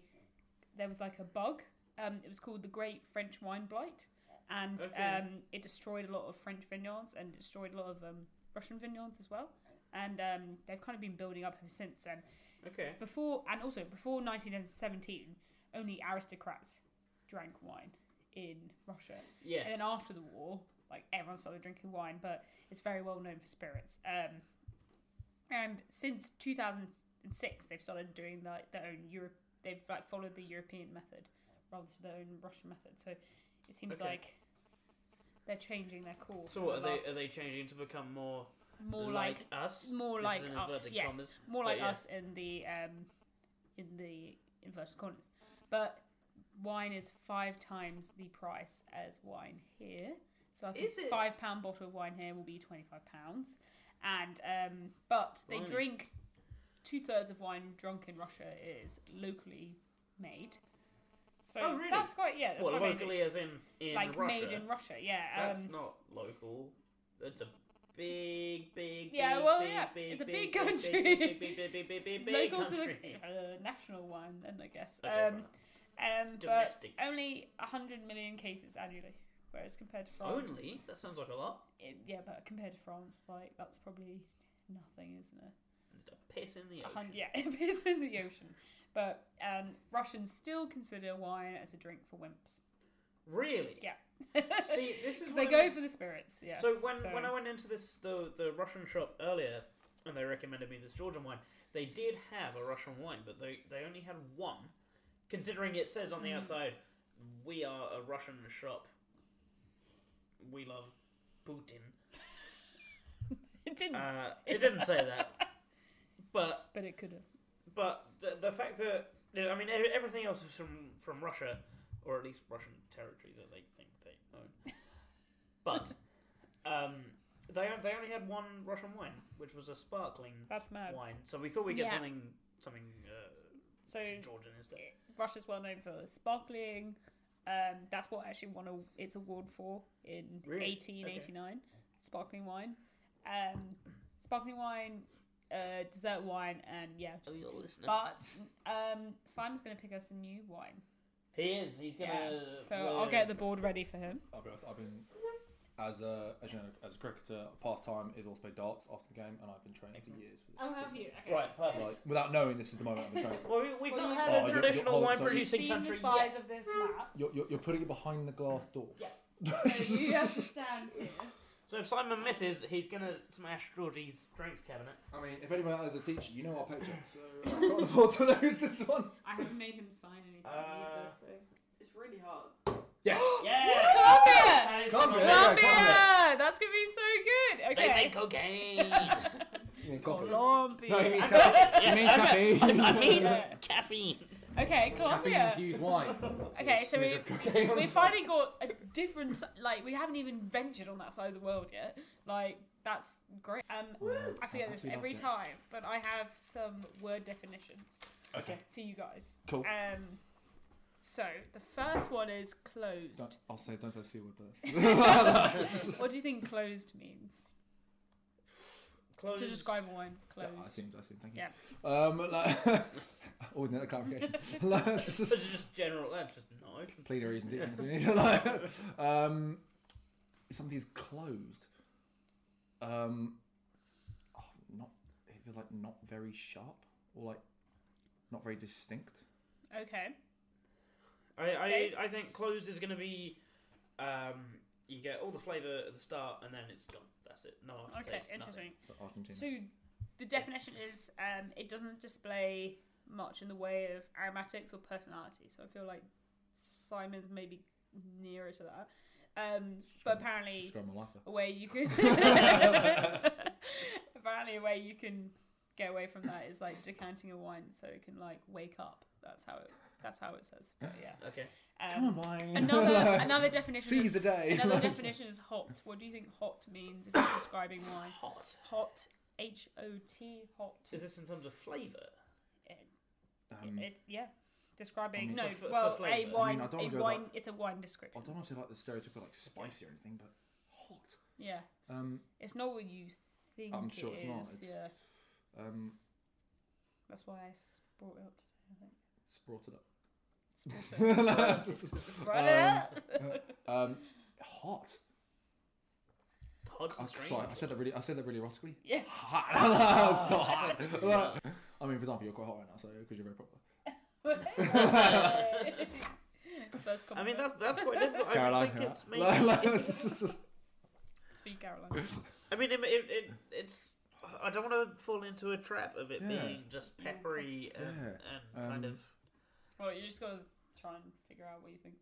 there was like a bug. Um, it was called the Great French Wine Blight, and Okay. um, it destroyed a lot of French vineyards and it destroyed a lot of um, Russian vineyards as well. And um, they've kind of been building up ever since. And Okay. before and also before 1917, only aristocrats drank wine in Russia. Yes. And then after the war, like everyone started drinking wine, but it's very well known for spirits. Um, and since 2006, they've started doing like their own Europe. They've like followed the European method rather than their own Russian method. So it seems Okay. like they're changing their course. so for what are the they last- are they changing to become more more like, us? more This like is in us? inverted Yes, commas. more But like yeah. us in the um, in the inverted corners. But wine is five times the price as wine here. So I think Is it? five pound bottle of wine here will be twenty five pounds, and um, but they Blimey. drink two thirds of wine drunk in Russia is locally made. So Oh, really? that's quite yeah, that's What quite amazing. locally, as in in like Russia? made in Russia, yeah. That's um, not local. That's a big, big, Yeah, big, well, big, yeah, big, it's a big, big big, country. Big, big, big, big, big, big, big local country. to the uh, national one, then I guess. Okay, um, um, but Domestic. only 100 million cases annually, whereas compared to France, Only that sounds like a lot. it- yeah, but compared to France, like that's probably nothing, isn't it? A piss in the A hun- ocean. yeah, it is in the ocean. But um, Russians still consider wine as a drink for wimps. Really? Yeah, See, this because is they one of go the- for the spirits. Yeah. So when so- when I went into this the the Russian shop earlier, and they recommended me this Georgian wine, they did have a Russian wine, but they they only had one. Considering it says on the Mm. outside, "We are a Russian shop. We love Putin." it didn't, Uh, it didn't say that, but but it could have. but the, the fact that I mean e- everything else is from from Russia, or at least Russian territory that they think they own. But um, they they only had one Russian wine, which was a sparkling That's mad. wine. So we thought we'd get Oh. Yeah. Mm. something something uh, So Georgian instead. Russia's well known for sparkling. Um, that's what actually won a, its award for in Really? 1889, sparkling wine. Um, sparkling wine, uh, dessert wine, and yeah. So you're listening. But um, Simon's going to pick us a new wine. he is. He's gonna. uh, yeah. So I'll get the board ready for him. I'll be honest. I've been as a as you know as a cricketer, part time is also play darts after the game, and I've been training for years. For this. Oh, right. Perfect. Like without knowing this is the moment I've been training Well, for. we, we've Well, not you had said- a Oh, you're- traditional you're- wine sorry. producing Seen country the size yet. of this map. You're, you're, you're putting it behind the glass door. Yeah. So you have to I stand here. So if Simon misses, he's gonna smash Georgie's drinks cabinet. mean, if anyone out there is a teacher, you know our paycheck, so I can't afford to lose this one. I haven't made him sign anything Uh, either, so. It's really hard. Yes. Yeah. Colombia! That is Come the on, most- man. Colombia! That's going to be so good! They Okay. make cocaine. You mean coffee? Colombia. No, you mean coffee. You mean Yeah, caffeine. I mean- I mean- Yeah. Caffeine. Okay, uh, Colombia. Caffeine-infused wine. Okay, so Smidge we of cocaine on we the- finally got a different s- like we haven't even ventured on that side of the world yet. Like that's great. Um, I forget this Absolutely every loved it. time, but I have some word definitions Okay. for you guys. Cool. Um, so the first one is closed. Don't- I'll say don't say c word, but what do you think closed means Close. to describe a wine? yeah, Closed. I assumed, I assumed. Thank you. Yeah. Um, like, always need that clarification. Like, just- This is just general. That's just nice. pleader isn't it? You need to like, um, something's closed. Um, oh, not feels like not very sharp or like not very distinct. Okay. I I, Dave? I think closed is going to be. Um, you get all the flavour at the start, and then it's gone. That's it. No aftertaste. Okay. nothing. Interesting. So Argentina. So the definition is um, it doesn't display much in the way of aromatics or personality. So I feel like Simon's maybe nearer to that. Um, but Describe- apparently, Describe my life. there. a way you can apparently a way you can get away from that is like decanting a wine so it can like wake up. That's how it. That's how it says. But yeah. Okay. Um, Come on, wine. Another another definition. Seize is- the day. Another definition is hot. What do you think hot means if you're describing wine? Hot. Hot. H O T. Hot. Is this in terms of flavour? It- Um, it's- yeah. Describing I mean, no. for- for well, flavour. I a mean, wine. I don't wanna a go wine. It's a wine I description. don't want to say like the stereotypical like spicy or anything, but hot. Yeah. Um, It's not what you think. I'm sure it it's not. is, It's- Yeah. um, That's why I s- brought it up today. sprouted up. I think. Brought it up. Brought it up. Um, hot. Hot Oh, and strange. sorry, I said that really. I said that really erotically. Yeah. Hot. That's so hot. I mean, for example, you're quite hot right now, so because you're very proper. First I mean, compliment. that's that's quite difficult. I Caroline, think it's yeah. maybe. Like- it- It's for you, Caroline. I mean, it, it, it it's. I don't want to fall into a trap of it Yeah. being just peppery and, Yeah. and kind Um, of. Well, you just gotta try and figure out what you think.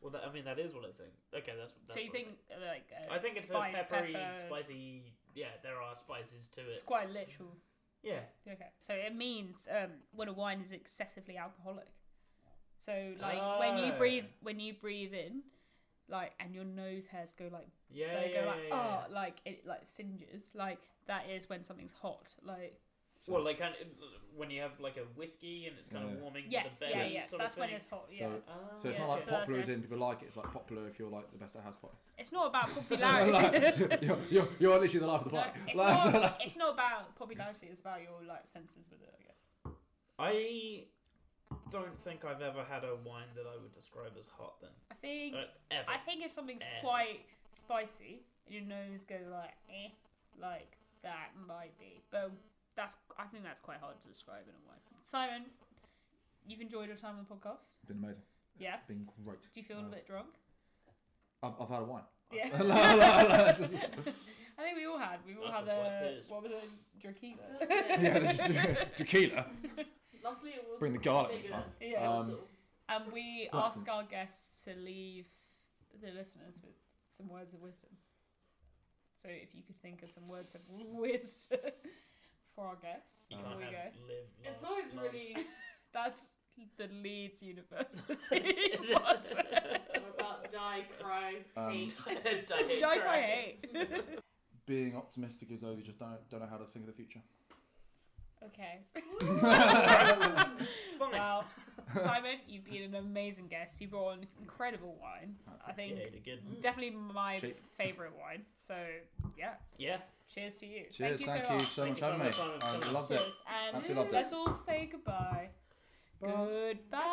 Well, that, I mean, that is what I think. Okay, that's. that's so you what I think uh, like uh, I think it's spice, a peppery, pepper, spicy. Yeah, there are spices to It's it. quite literal. Yeah. Okay, so it means um, when a wine is excessively alcoholic. So like when you Oh. breathe when you breathe in, like and your nose hairs go like Yeah, they yeah, go like yeah, oh yeah. like it like singes like that is when something's hot like Well, like kind of, when you have like a whiskey and it's kind Yeah. of warming yes the yeah belly. yeah Sort that's of when thing. it's hot yeah So, Ah, so it's Yeah, not like so that's popular as good. in people like it. It's like popular if you're like the best at house party. it's not about popularity. like, you're, you're, you're literally the life of the No, party. it's, Like, so not, that's- it's not about popularity. It's about your like senses with it, I guess. I don't think I've ever had a wine that I would describe as hot. Then I think uh, ever. I think if something's Eh. quite spicy and your nose goes like eh, like that might be, but that's I think that's quite hard to describe in a wine. Simon, you've enjoyed your time on the podcast. been amazing. Yeah. Been great. Do you feel a Wow. bit drunk? I've, I've had a wine. Yeah. I think we all had. We all I had feel quite a pissed. what was it? Drakina. yeah, this is tequila. Luckily, it was Bring the garlic next time. Yeah. Um, and we Well, ask our guests to leave the listeners with some words of wisdom. So if you could think of some words of wisdom for our guests you Um, before can't we go. have live. it's laugh, always love. really That's the Leeds University. password. about die, cry, Um, hate. Don't Don't cry. cry, hey. Being optimistic is though you just don't don't know how to think of the future. Okay. Fine. Well, Simon, you've been an amazing guest. You brought on incredible wine. I yeah, think you did good. definitely my Cheap. favourite wine. So yeah, Yeah. cheers to you. thank Cheers, you thank so much. so Thank you so much for having me. much, Simon, for I coming. loved it. Cheers. And Absolutely loved it. let's all say goodbye. Bye. Goodbye.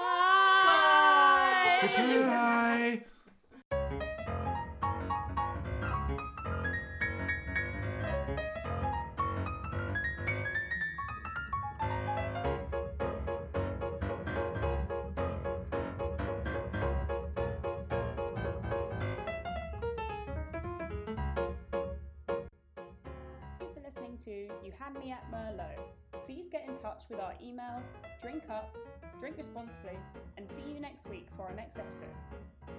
Goodbye. Thank you for listening to You Had Me at Merlot. Please get in touch with our email, drink up, drink responsibly, and see you next week for our next episode.